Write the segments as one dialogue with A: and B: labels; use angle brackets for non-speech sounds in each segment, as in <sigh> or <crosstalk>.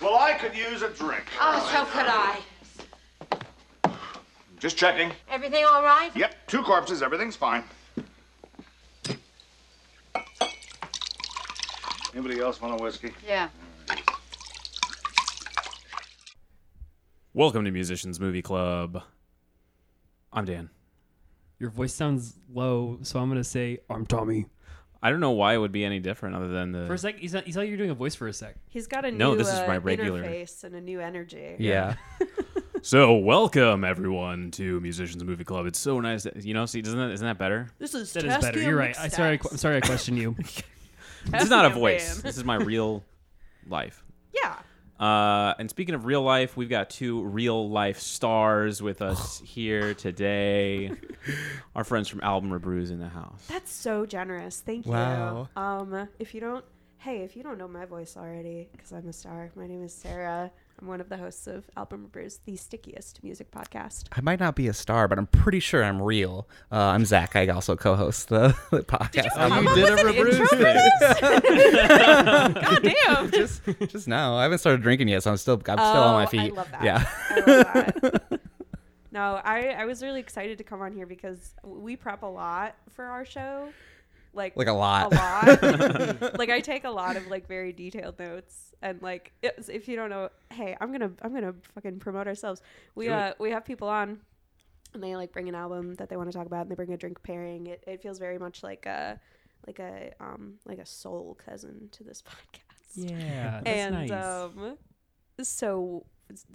A: Well, I could use a drink.
B: Oh, so could I.
A: Just checking.
B: Everything all right?
A: Yep, two corpses, everything's fine. Anybody else want a whiskey?
B: Yeah.
C: Welcome to Musicians Movie Club. I'm Dan.
D: Your voice sounds low, so I'm gonna say I'm Tommy.
C: I don't know why it would be any different other than the
D: For a sec, he's not, he's like you're doing a voice for a sec.
E: He's got a
C: No,
E: new
C: this is my
E: uh,
C: regular-
E: interface and a new energy.
C: Yeah. so welcome everyone to Musicians Movie Club. It's so nice that you know. See, doesn't that isn't that better?
E: This is
D: That is better. You're right. I sorry. I, que- I'm sorry. I questioned
E: <laughs>
D: you.
C: This is not a voice. This is my real <laughs> life.
E: Yeah.
C: Uh, and speaking of real life, we've got two real life stars with <laughs> us here today. Our friends from Album Rebrews in the house.
E: That's so generous. Thank
F: Wow.
E: you. Um, if you don't, hey, if you don't know my voice already, because I'm a star, my name is Sarah. I'm one of the hosts of Album Brews, the stickiest music podcast.
F: I might not be a star, but I'm pretty sure I'm real. Uh, I'm Zach. I also co-host the, <laughs> the podcast. Um,
E: up with an intro for this? God damn.
F: <laughs> just, just now. I haven't started drinking yet, so I'm still, I'm still on my
E: Oh,
F: feet.
E: I love that.
F: Yeah. <laughs>
E: I love that. no, I, I was really excited to come on here because we prep a lot for our show. Like,
F: Like a lot.
E: A
D: <laughs>
E: lot. like I take a lot of like very detailed notes and like it's- if you don't know, hey, I'm going to I'm going to fucking promote ourselves. We uh we have people on and they like bring an album that they want to talk about and they bring a drink pairing. It, it feels very much like a like a um like a soul cousin to this <laughs> podcast
D: Yeah, that's
E: and
D: nice.
E: um so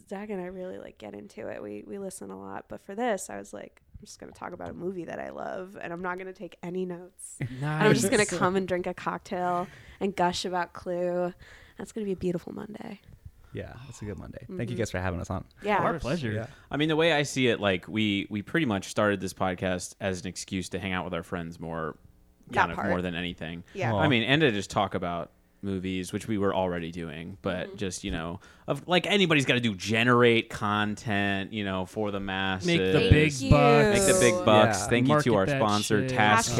E: zach and i really like get into it we we listen a lot but for this i was like i'm just going to talk about a movie that i love and i'm not going to take
D: <laughs>
E: any notes and i'm <laughs> just going to come and drink a cocktail and gush about clue that's going to be a beautiful monday
F: <laughs> Yeah. It's a good Monday.
E: Mm-hmm.
F: Thank you guys for having us on.
E: yeah
D: Our pleasure.
F: Yeah.
C: I mean, the way I see it, like we we pretty much started this podcast as an excuse to hang out with our friends more,
E: That
C: kind of
E: part.
C: more than anything.
E: Yeah.
C: I mean, and to just talk about movies, which we were already doing, but
E: Mm-hmm.
C: just you know, of like anybody's got to do generate content, you know, for the masses,
D: Make the
E: Thank
D: big
E: you.
D: bucks.
C: Make the big bucks.
F: Yeah.
C: Thank you
D: Market
C: to our
D: that
C: sponsor,
D: shit.
C: TaskCam.
E: Hashtag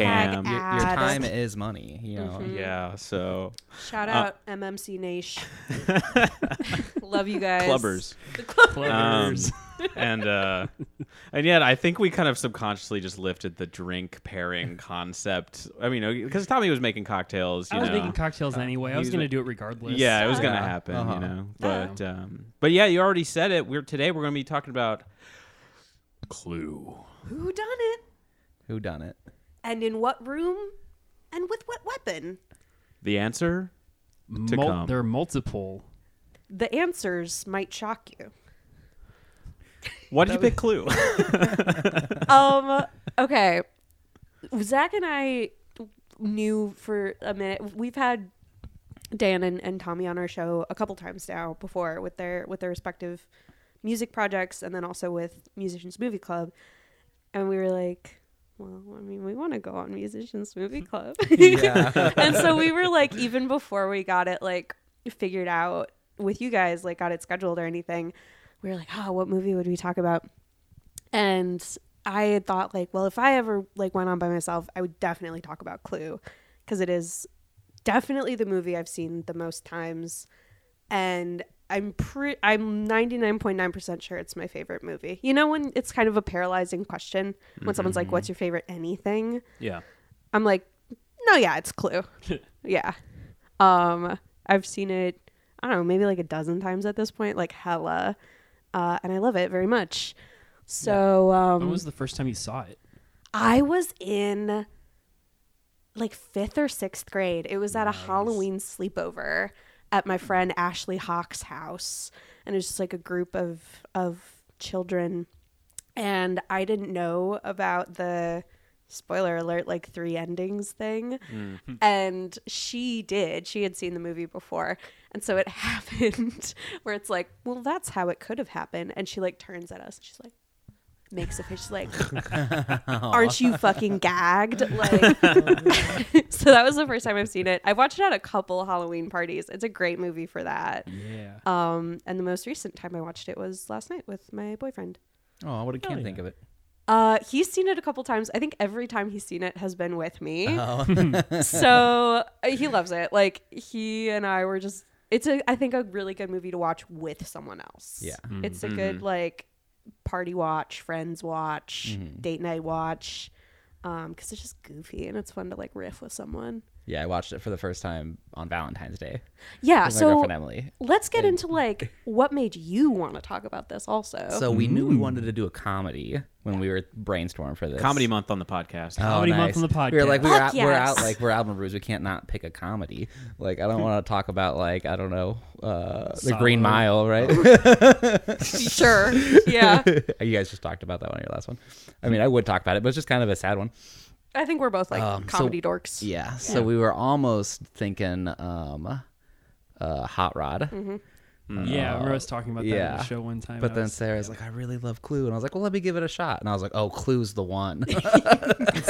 F: Your
E: Add. Mm-hmm.
F: time is money. You know.
C: Yeah, so
E: shout out mmc nation <laughs> love you guys
C: clubbers. Um,
D: <laughs> Pluggers.
C: and uh, and yet I think we kind of subconsciously just lifted the drink pairing concept. I mean, because Tommy was making cocktails, you
D: I was
C: know.
D: making cocktails
C: Uh,
D: anyway. I was
C: he's
D: gonna
C: like-
D: do it regardless.
C: yeah, it was gonna
F: Yeah.
C: happen,
F: Uh-huh.
C: you know. But um, but yeah, you already said it. We're today we're gonna be talking about Clue.
E: who done it
F: Who done it?
E: and in what room and with what weapon
C: The answer to
D: Mul-
C: come.
D: there are multiple.
E: the answers might shock you
C: Why did you pick Clue?
E: um okay zach and i knew for a minute we've had dan and, and tommy on our show a couple times now before with their with their respective music projects and then also with musicians movie club and we were like well i mean we want to go on musicians movie club <laughs> and so we were like even before we got it like figured out with you guys like got it scheduled or anything we were like oh what movie would we talk about and i had thought like well if i ever like went on by myself i would definitely talk about clue because it is definitely the movie i've seen the most times and i'm pre- i'm 99.9% sure it's my favorite movie you know when it's kind of a paralyzing question when someone's like what's your favorite anything
C: yeah.
E: i'm like no yeah
D: <laughs>
E: it's clue yeah um i've seen it i don't know maybe like a dozen times at this point like hella uh and i love it very much so um
D: When was the first time you saw it?
E: I was in like fifth or sixth grade. It was at a Halloween sleepover at my friend Ashley Hawk's house, and it was just like a group of of children, and I didn't know about the spoiler alert like three endings thing and she did she had seen the movie before and so it <laughs> happened where it's like well that's how it could have happened and she like turns at us and she's like makes a face she's like aren't you fucking gagged? Like, <laughs> so that was the first time I've seen it. I've watched it at a couple Halloween parties. It's a great movie for that.
D: Yeah.
E: Um, and the most recent time I watched it was last night with my boyfriend.
F: Oh, what I can't think of it.
E: Uh, he's seen it a couple times. I think every time he's seen it has been
F: Oh.
E: with me. so uh, he loves it. Like he and I were just It's a I think a really good movie to watch with someone else.
F: Yeah.
E: It's a good like party watch, friends watch,
F: Mm-hmm.
E: date night watch. Um, because it's just goofy and it's fun to like riff with someone.
F: Yeah, I watched it for the first time on Valentine's Day
E: Yeah.
F: with my
E: So
F: girlfriend Emily.
E: let's get into like what made you want to talk about this also.
F: So we knew we wanted to do a comedy when we were brainstorming for
C: <laughs>
F: this.
C: Comedy month on the podcast.
F: Oh,
D: Comedy month on the
F: We were like,
D: podcast.
F: we we're,
E: Fuck
F: out, we're out,
E: yes.
F: like, we're album reviews. We can't not pick a comedy. Like, I don't want to talk about, like, I don't know, uh, The Green
D: Solo.
F: Mile, right?
E: <laughs>
F: <laughs>
E: sure. yeah.
F: you guys just talked about that one on your last one. I mean, I would talk about it, but it's just kind of a sad one.
E: I think we're both like
F: Um, so-
E: comedy dorks.
F: Yeah. So we were almost thinking um, uh, Hot Rod.
C: Mm.
D: yeah, I remember
C: Uh,
D: us talking about that
F: yeah.
D: at the show one time.
F: But
D: I
F: then
D: was-
F: Sarah's like, I really love Clue. And I was like, well, let me give it a shot. And I was like, oh, Clue's
D: <laughs>
F: the one.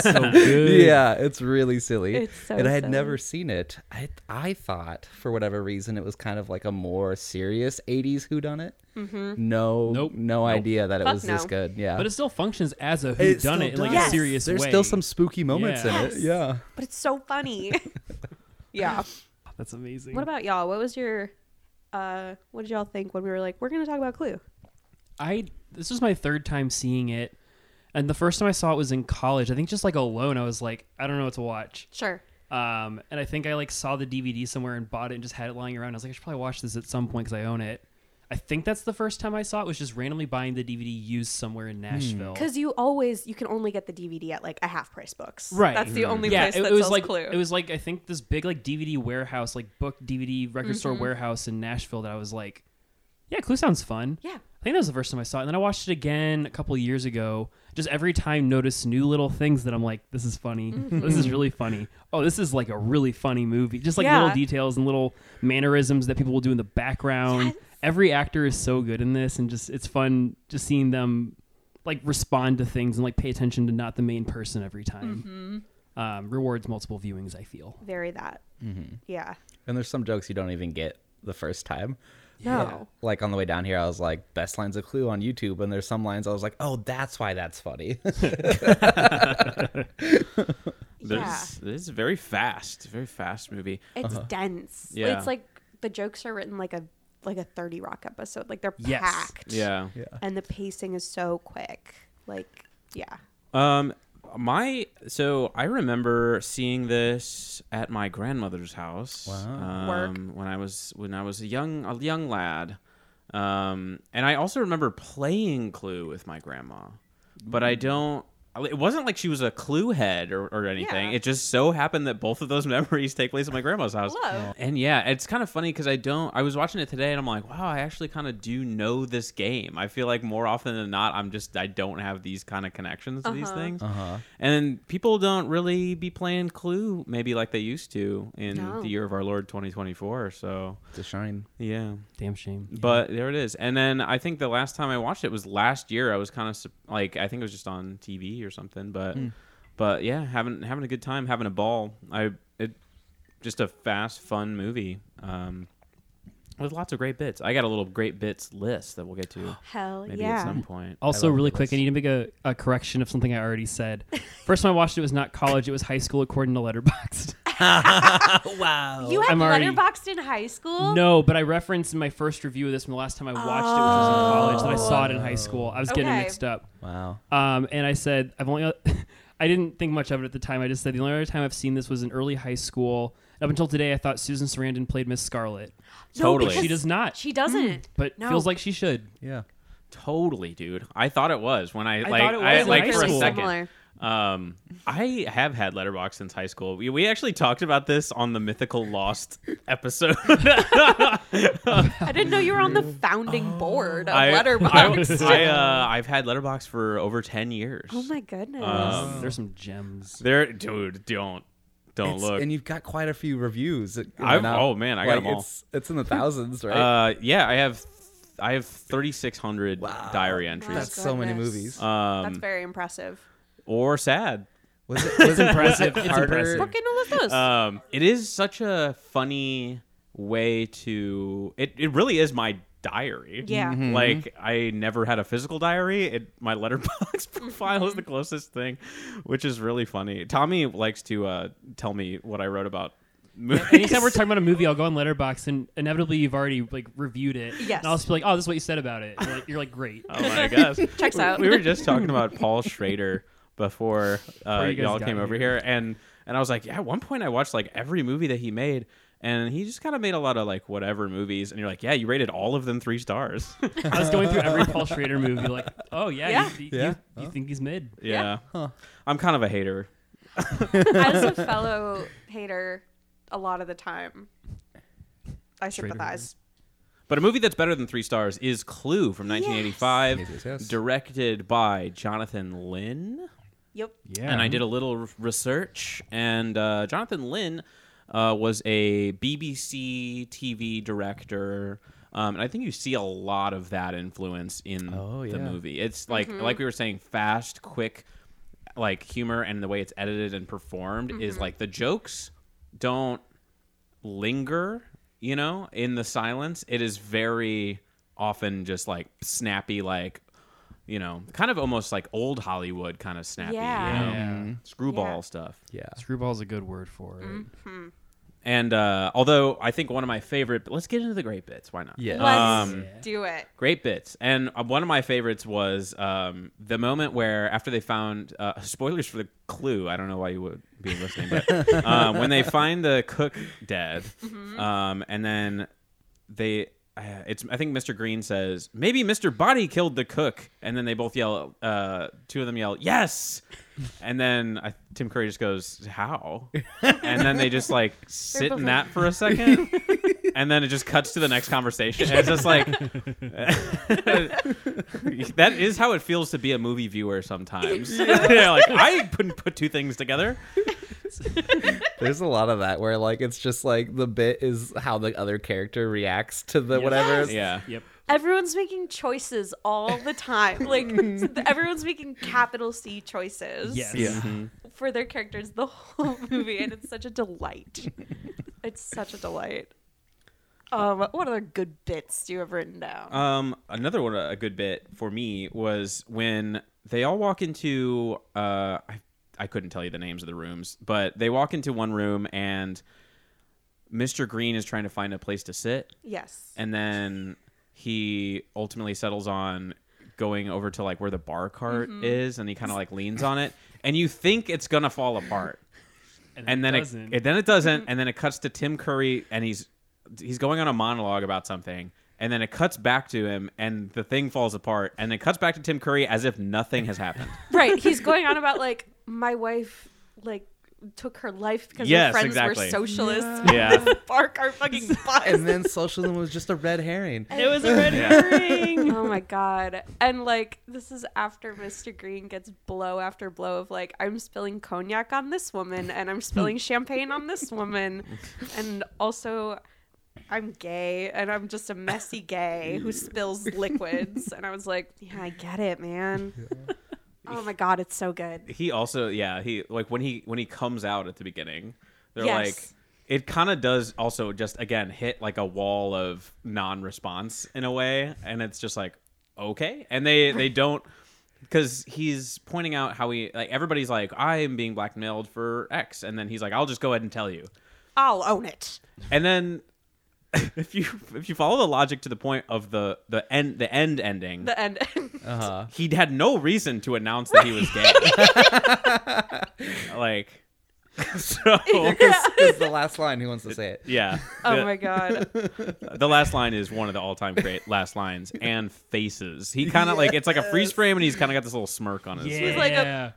D: so good.
F: yeah, it's really silly.
E: It's so
F: and I had
E: silly.
F: never seen it. I, I thought, for whatever reason, it was kind of like a more serious 80s whodunit. Mm-hmm. No,
D: Nope.
F: no idea that it
E: Fuck
F: was this
E: no.
F: good. Yeah.
D: But it still functions as a
F: It
D: whodunit done
F: still
D: it in like
E: does.
D: a
E: Yes.
D: serious
F: There's
D: way.
F: still some spooky moments in
E: Yes.
F: it. Yeah.
E: But it's so funny. <laughs> yeah.
D: That's amazing.
E: What about y'all? What was your uh what did y'all think when we were like, we're gonna talk about Clue?
D: I this was my third time seeing it, and the first time I saw it was in college. I think just like alone, I was like, I don't know what to watch.
E: Sure.
D: Um, and I think I like saw the DVD somewhere and bought it and just had it lying around. I was like, I should probably watch this at some point because I own it. I think that's the first time I saw it was just randomly buying the DVD used somewhere in Nashville.
E: Because you always you can only get the DVD at like a half price books.
D: Right. Mm-hmm.
E: That's the only
D: yeah,
E: place
D: it,
E: that
D: it was
E: sells
D: like
E: Clue.
D: it was like I think this big like DVD warehouse, like book DVD record store
E: Mm-hmm.
D: warehouse in Nashville that I was like, yeah, Clue sounds fun.
E: Yeah.
D: I think that was the first time I saw it. And then I watched it again a couple years ago. Just every time notice new little things that I'm like, this is funny.
E: Mm-hmm.
D: This is really funny. Oh, this is like a really funny movie. Just like
E: Yeah.
D: little details and little mannerisms that people will do in the background.
E: Yes.
D: Every actor is so good in this and just it's fun just seeing them like respond to things and like pay attention to not the main person every time.
E: Mm-hmm.
D: Um, rewards multiple viewings, I feel.
E: very that.
D: Mm-hmm.
E: Yeah.
F: And there's some jokes you don't even get the first time.
E: No.
F: Like on the way down here, I was like, best lines of Clue on YouTube. And there's some lines I was like, oh, that's why that's funny. <laughs>
C: There's,
E: Yeah.
C: This is very fast, very fast movie.
E: It's dense.
C: Yeah.
E: It's like the jokes are written like a like a thirty rock episode. Like they're
D: Yes.
E: packed.
C: Yeah.
E: And the pacing is so quick. Like yeah.
C: Um, my so I remember seeing this at my grandmother's house.
F: Wow.
E: Work.
C: Um, when I was when I was a young a young lad, um, and I also remember playing Clue with my grandma, but I don't. It wasn't like she was a clue head or, or anything.
E: Yeah.
C: It just so happened that both of those <laughs> memories take place at my grandma's house.
E: Love.
C: And yeah, it's kind of funny because I don't. I was watching it today, and I'm like, wow, I actually kind of do know this game. I feel like more often than not, I'm just I don't have these kind of connections to these things.
F: Uh-huh.
C: And people don't really be playing Clue maybe like they used to in
E: No.
C: the year of our Lord 2024. So
F: to shine.
C: yeah.
D: Damn shame.
C: But there it is. And then I think the last time I watched it was last year. I was kind of like I think it was just on TV or something, but
D: Hmm.
C: but yeah, having having a good time, having a ball. I it just a fast fun movie. Um with lots of great bits. I got a little great bits list that we'll get
D: <gasps>
C: to
E: Hell
C: maybe
E: yeah.
C: at some point.
D: Also,
F: love
D: really
F: the
D: quick, I need to make a, a correction of something I already
E: <laughs>
D: said. First time I watched it was not college; it was high school, according to
E: <laughs>
D: Letterboxd.
E: you had
D: I'm already-
E: letterboxed in high school?
D: no, but I referenced in my first review of this from the last time I watched it, which was in college, that I saw it in high school. I was getting
E: Okay.
D: mixed up,
F: Wow.
D: um, and I said I've only. <laughs> I didn't think much of it at the time. I just said the only other time I've seen this was in early high school. Up until today, I thought Susan Sarandon played Miss Scarlet.
C: Totally.
D: She does not,
E: She doesn't.
D: but
E: No.
D: feels like she should.
F: Yeah.
C: Totally, dude. I thought it was when I,
D: I
C: like
D: thought it
C: I
D: was in
C: like
D: high
C: for a
D: school.
C: second.
E: Similar.
C: Um, I have had Letterbox since high school. We, we actually talked about this on the Mythical Lost episode. <laughs>
E: I didn't know you were on the founding board of
C: I,
E: <laughs> Letterboxd.
C: I, I, uh, I've had Letterbox for over ten years.
E: oh my goodness.
C: Um,
D: There's some gems.
C: There, dude, don't don't
F: It's-
C: look.
F: And you've got quite a few reviews. It-
C: I've-
F: now-
C: oh, man, I got 'em all.
F: It's, it's in the thousands, right?
C: <laughs> uh, yeah, I have I have thirty six hundred diary
E: Wow.
C: entries.
F: That's so many
E: goodness.
F: movies.
C: Uh, Um,
E: That's very impressive.
C: Or sad.
F: was it
C: <laughs>
D: impressive.
F: was impressive?
D: It's
F: harder?
D: impressive.
E: Fucking all of those.
C: Um, it is such a funny way to. It, it really is my diary.
E: Yeah.
F: Mm-hmm.
E: Mhm.
C: Like I never had a physical diary. It my letterbox <laughs> profile is the closest thing, which is really funny. Tommy likes to uh, tell me what I wrote about movies. <laughs>
D: Anytime we're talking about a movie, I'll go on Letterbox and inevitably you've already like reviewed it.
E: Yes.
D: And I'll just be like, oh, this is what you said about it. And You're like, you're
C: <laughs>
D: like great.
C: Oh my gosh.
E: Checks
C: We-
E: out.
C: We were just talking about Paul Schrader before uh,
D: you guys
C: y'all
D: got
C: came over
D: here.
C: here, and and I was like, yeah. At one point, I watched like every movie that he made, and he just kind of made a lot of like whatever movies. And you're like, yeah, you rated all of them three stars. yeah.
D: I was going through every Paul Schrader movie, like, oh yeah,
E: Yeah.
D: You, you,
F: Yeah.
D: you- you think he's mid?
C: I'm kind of a hater.
E: <laughs>
C: <laughs>
E: As a fellow hater, a lot of the time, I sympathize.
C: But a movie that's better than three stars is Clue from 1985,
F: It is, yes.
C: directed by Jonathan Lynn.
E: Yep.
D: Yeah.
C: and I did a little r- research. And uh, Jonathan Lynn uh, was a BBC TV director. Um, and I think you see a lot of that influence in
F: Oh,
C: the
F: yeah.
C: movie. It's like like we were saying, fast, quick, like humor, and the way it's edited and performed is like the jokes don't linger, you know, in the silence. It is very often just like snappy, like, you know, kind of almost like old Hollywood kind of snappy,
E: Yeah.
C: you know, screwball
E: Yeah.
C: stuff.
F: Yeah.
D: Screwball's a good word for it.
E: Mm-hmm.
C: And uh, although I think one of my favorite, but let's get into the great bits. Why not?
F: Yeah.
E: Let's
C: Um,
E: do it.
C: Great bits. And uh, one of my favorites was um, the moment where, after they found uh, <laughs> spoilers for the clue, I don't know why you would be listening, but um, when they find the cook dead, um, and then they. Uh, it's. I think Mr. Green says maybe Mr. Body killed the cook, and then they both yell. Uh, two of them yell yes, and then I, Tim Curry just goes how, and then they just like sit in that for a second, and then it just cuts to the next conversation. And it's just like <laughs> that is how it feels to be a movie viewer sometimes. They're <laughs> like, I couldn't put two things together.
F: There's a lot of that where like it's just like the bit is how the other character reacts to the whatever.
C: Yeah.
D: Yep.
E: Everyone's making choices all the <laughs> time. Like everyone's making capital C choices
D: Yes.
E: for their characters the whole movie, and it's such a delight. it's such a delight. Um, what other good bits do you have written down?
C: Um, another one, a good bit for me was when they all walk into. Uh, I I couldn't tell you the names of the rooms, but they walk into one room and Mr. Green is trying to find a place to sit,
E: yes.
C: and then he ultimately settles on going over to like where the bar cart is, and he kind of like leans on it, and you think it's gonna fall apart. and then it,
D: doesn't.
C: it then it doesn't Mm-hmm. and then it cuts to Tim Curry and he's he's going on a monologue about something and then it cuts back to him and the thing falls apart and it cuts back to Tim Curry as if nothing has happened.
E: right.
C: <laughs>
E: He's going on about like my wife like took her life because her
C: Yes,
E: friends were
C: exactly.
E: socialists. <laughs>
C: yeah.
E: Bark our
C: <laughs>
E: fucking bus.
F: And then socialism was just a red herring.
D: it was a red herring.
E: oh my god and like this is after mr green gets blow after blow of like i'm spilling cognac on this woman and
C: <laughs>
E: i'm spilling champagne on this woman and also i'm gay and i'm just a messy gay who spills liquids and i was like yeah i get it man oh my god it's so good
C: He also yeah, he like when he when he comes out at the beginning, they're
E: Yes.
C: like it kind of does also just again hit like a wall of non-response in a way and it's just like okay and they they don't because he's pointing out how he like everybody's like i am being blackmailed for x and then he's like i'll just go ahead and tell you
E: i'll own it
C: and then <laughs> if you if you follow the logic to the point of the the end the end ending
E: the end
C: <laughs>
E: <laughs>
F: Uh-huh.
C: he had no reason to announce that he was <laughs> gay like <laughs> so
F: This is the last line. Who wants to say it?
C: yeah
E: oh
C: The-
E: my god
C: <laughs> the last line is one of the all-time great last lines and faces he kind of like it's like a freeze frame and he's kind of got this little smirk on his
D: Yeah.
E: like a-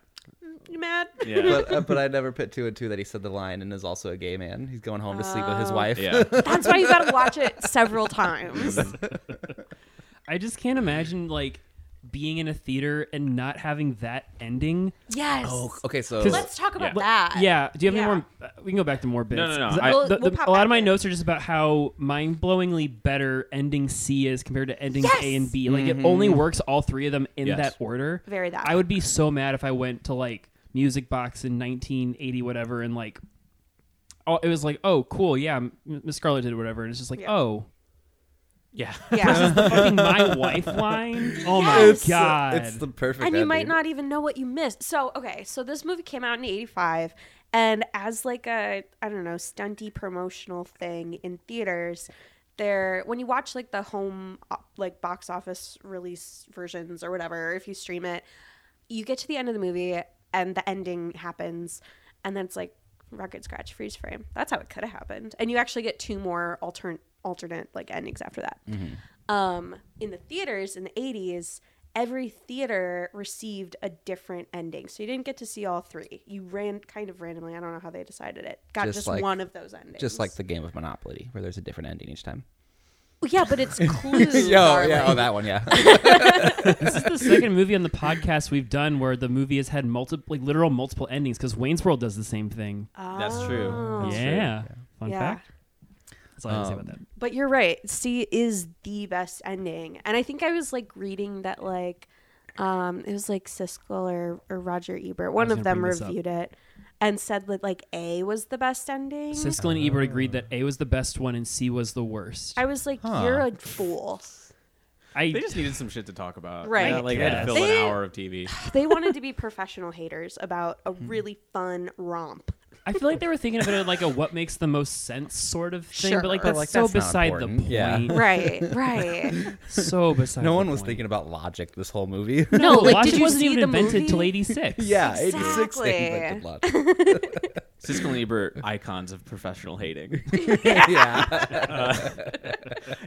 E: you mad
C: <laughs> yeah
F: But, uh, but I never put two and two that he said the line and is also a gay man. He's going home to sleep with his
E: Oh.
C: <laughs>
F: wife.
C: yeah
E: that's why you gotta watch it
C: <laughs>
E: several times <laughs>
D: I just can't imagine like being in a theater and not having that ending.
E: yes
F: Oh, <laughs> okay. So
E: let's talk about
C: Yeah.
E: that
D: Yeah. Do you have
E: Yeah.
D: any more? We can go back to more bits.
C: No, no, no.
D: 'Cause
C: I-
D: the-
E: We'll-
D: the-
E: we'll
D: the-
E: pop
D: a lot
E: back
D: of my
E: in.
D: notes are just about how mind-blowingly better ending C is compared to endings
E: Yes!
D: A and B. Like it only works all three of them in
C: Mm-hmm. Yes.
D: that order.
E: Very that
D: I would be so mad if I went to like Music Box in 1980 whatever and like, oh, it was like, oh, cool, yeah, M- Miss Scarlet did whatever, and it's just like,
E: Yeah.
D: oh.
C: Yeah.
E: Yeah.
D: Fucking my
C: <laughs>
D: wife line. Oh
E: Yes.
D: my god.
F: It's the perfect.
E: and you might
F: ending.
E: not even know what you missed. So, okay, so this movie came out in 85 and as like a I don't know, stunty promotional thing in theaters, there when you watch like the home op- like box office release versions or whatever, if you stream it, you get to the end of the movie and the ending happens and then it's like record scratch freeze frame. That's how it could have happened. And you actually get two more alternate alternate like endings after that
F: Mm-hmm.
E: um, in the theaters in the 80s, every theater received a different ending. So you didn't get to see all three. You ran kind of randomly. I don't know how they decided it. Got
F: Just
E: just,
F: like-
E: one of those endings.
F: Just like the game of Monopoly, where there's a different ending
E: <laughs>
F: each time.
E: Well, yeah, but
F: <laughs>
E: it's clues.
F: Yeah,
E: darling.
F: yeah, oh, that
E: <laughs>
F: one, yeah.
D: this is the second movie on the podcast we've done where the movie has had multiple, like literal multiple endings because Wayne's World does the same thing.
C: That's true.
D: yeah. Fun
E: Oh. Yeah.
D: fact. That's all I have to say about
F: Um,
D: that.
E: But you're right. C is the best ending. And I think I was like reading that like um it was like Siskel or, or Roger Ebert. One
D: was gonna
E: of them
D: bring this up.
E: reviewed it and said that like A was the best ending.
D: Siskel and Ebert agreed that A was the best one and C was the worst.
E: I was like, You're a fool.
D: I
C: They just needed some shit to talk about.
E: Right.
C: Yeah, like they had to fill
E: They-
C: an hour of TV.
E: they wanted to be professional haters about a
D: Hmm.
E: really fun romp.
D: I feel like they were thinking of it like a what makes the most sense sort of thing,
E: Sure.
D: but like
E: But,
D: that's
F: like,
D: so
F: that's not
D: beside the
F: important.
D: point.
F: Yeah.
E: Right,
D: <laughs>
E: right.
D: So beside.
F: no
D: the
F: one was
D: point.
F: thinking about logic this whole movie.
E: No, like,
D: logic
E: did you
D: wasn't
E: see
D: even
E: the
D: invented
E: movie?
D: till '86.
F: <laughs> yeah, 86
E: Exactly.
F: they
E: <laughs>
F: invented logic.
C: Siskel and Ebert, icons of professional hating.
F: <laughs> yeah.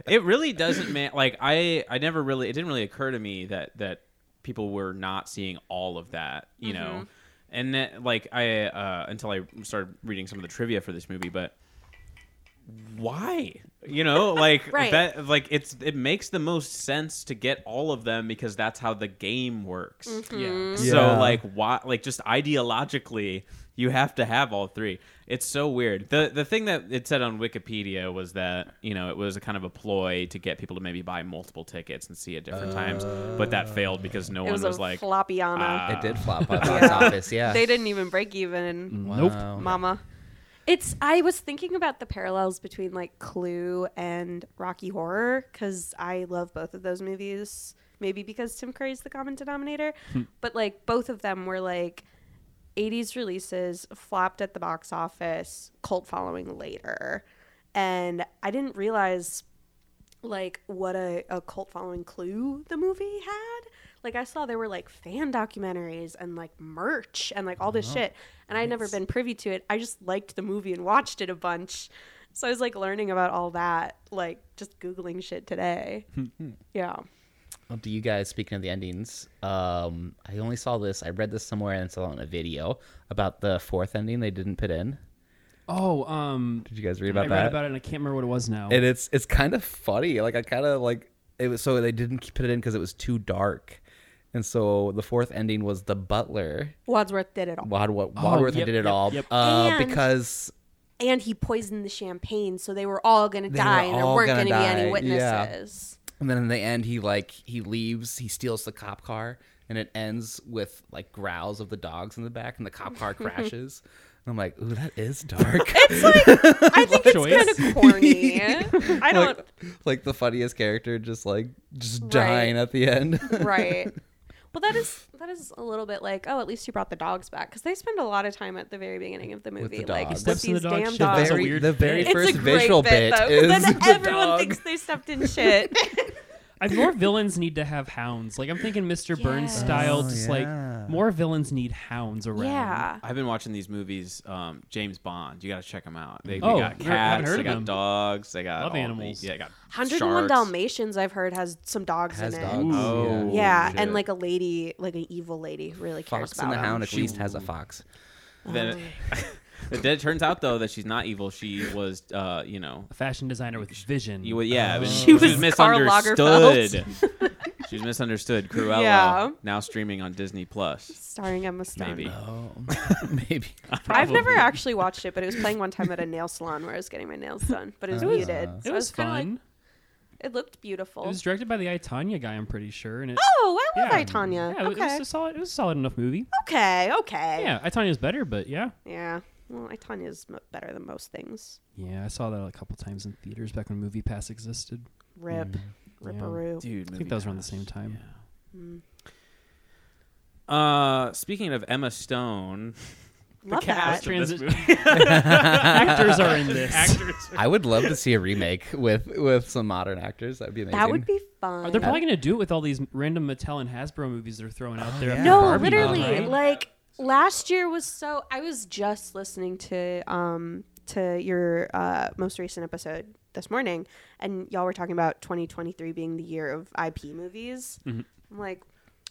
C: it really doesn't man like i i never really it didn't really occur to me that that people were not seeing all of that you know and that, like i uh until i started reading some of the trivia for this movie but why you know like
E: Right.
C: that like it's it makes the most sense to get all of them because that's how the game works
E: Hmm.
D: Yeah.
C: so
F: Yeah.
C: like why like just ideologically you have to have all three. It's so weird. The the thing that it said on Wikipedia was that, you know, it was a kind of a ploy to get people to maybe buy multiple tickets and see at different times, but that failed because no
E: It
C: one was,
E: was a
C: like
D: "Ah,
E: floppiana.
F: It did flop on box office, yeah.
E: They didn't even break even,
F: Wow.
E: mama. It's I was thinking about the parallels between like Clue and Rocky Horror cuz I love both of those movies. Maybe because Tim Curry's the common denominator, but like both of them were like 80s releases flopped at the box office, cult following later. And I didn't realize like what a, a cult following clue the movie had. Like I saw there were like fan documentaries and like merch and like all
F: Oh,
E: this shit. And I'd never been privy to it. I just liked the movie and watched it a bunch. So I was like learning about all that, like just Googling shit
F: <laughs>
E: today. yeah.
F: Well, do you guys, speaking of the endings, um, I only saw this, I read this somewhere and saw it in a video about the fourth ending they didn't put in.
D: Oh, um,
F: Did you guys read about
D: I
F: that?
D: read about it and I can't remember what it was now.
F: and it's it's kind of funny. Like I kind of like it was so they didn't put it in because it was too dark, and so the fourth ending was the butler.
E: Wadsworth did it all.
F: Wad, Wad, Wadsworth
D: Oh, yep,
F: did it
D: yep,
F: all
D: yep.
F: Uh,
E: And-
F: because
E: And he poisoned the champagne, so they were all gonna
F: They
E: die
F: were
E: and there
F: all
E: weren't
F: gonna
E: gonna, be any
F: die, yeah. <laughs>
E: witnesses.
F: and then in the end he like he leaves he steals the cop car and it ends with like growls of the dogs in the back and the cop
E: <laughs>
F: car crashes. And I'm like, ooh, that is dark.
E: I think it's
D: choice.
E: kinda
F: <laughs>
E: corny. I don't
F: like the funniest character just like just dying at the end.
E: right well that is that is a little bit like oh at least you brought the dogs back because they spend a lot of time at the very beginning of the movie
F: the
E: like
F: dogs.
E: with
D: Steps in the
E: these
D: dog
E: damn
D: shit.
F: <laughs> the
E: dogs
D: That's a
F: very,
D: weird
F: the very
D: thing.
F: first visual bit,
E: though, 'cause
F: is
E: then
F: <laughs>
E: <laughs>
F: the
E: everyone
F: dog.
E: thinks they stepped in shit
D: I more villains need to have hounds. Like I'm thinking Mr. Burns
E: Yes.
D: style,
F: Oh,
D: just
F: yeah.
D: like more villains need hounds around.
E: yeah
C: I've been watching these movies, um, James Bond. You got to check them out. They, they
D: Oh,
C: got
D: I haven't
C: cats,
D: heard
C: they
D: of
C: got
D: them.
C: dogs, they got
D: Love
C: all the-
D: animals.
C: yeah, they got
E: 101
C: sharks.
E: dalmatians i've heard has some dogs
F: Has
E: in
F: dogs.
E: it
C: Oh,
E: yeah
C: shit.
E: and like a lady like an evil lady who really cares
F: Fox
E: about
F: and the
E: them.
F: Hound at
C: She-
F: least has
C: <laughs>
F: a fox.
C: Then it, <laughs> then it turns out though that she's not evil. She was, uh, you know,
D: A fashion designer with vision.
C: You, well, yeah, but
E: Oh. She was Karl
C: misunderstood.
E: <laughs>
C: she was misunderstood. Cruella
E: Yeah.
C: now streaming on Disney Plus.
E: starring emma stone
C: Maybe.
F: Oh, maybe.
E: I've never actually watched it, but it was playing one time at a nail salon where I was getting my nails done. But it was muted. so
D: It
E: I
D: was
E: kinda like- oh.
D: fun.
E: it looked beautiful.
D: it was directed by the Itanya guy, I'm pretty sure. And it,
E: Oh, I love
D: Yeah.
E: Itanya.
D: yeah, it was- it
E: okay. Oh,
D: was a solid. It was a solid enough movie.
E: okay. Okay.
D: Yeah, Itanya's better, but yeah.
E: Yeah. Well, Itanya's mo- better than most things.
D: Mm, Yeah, I saw that a couple times in theaters back when Movie Pass existed.
E: Rip. Ripperoo.
C: Dude,
D: I think those were on the same time.
C: Uh, speaking of Emma Stone,
E: Love that.
D: Cast transi- <laughs> actors are in this.
F: <laughs> I would love to see a remake with with some modern actors. That'd be amazing.
E: That would be fun.
D: They're probably going to do it with all these random Mattel and Hasbro movies they're throwing out there.
F: Oh, yeah.
D: after
E: no,
D: Barbie
E: literally.
D: now, right?
E: Like last year was so. I was just listening to um to your uh most recent episode this morning, and y'all were talking about 2023 being the year of IP movies.
D: Mm-hmm.
E: I'm like,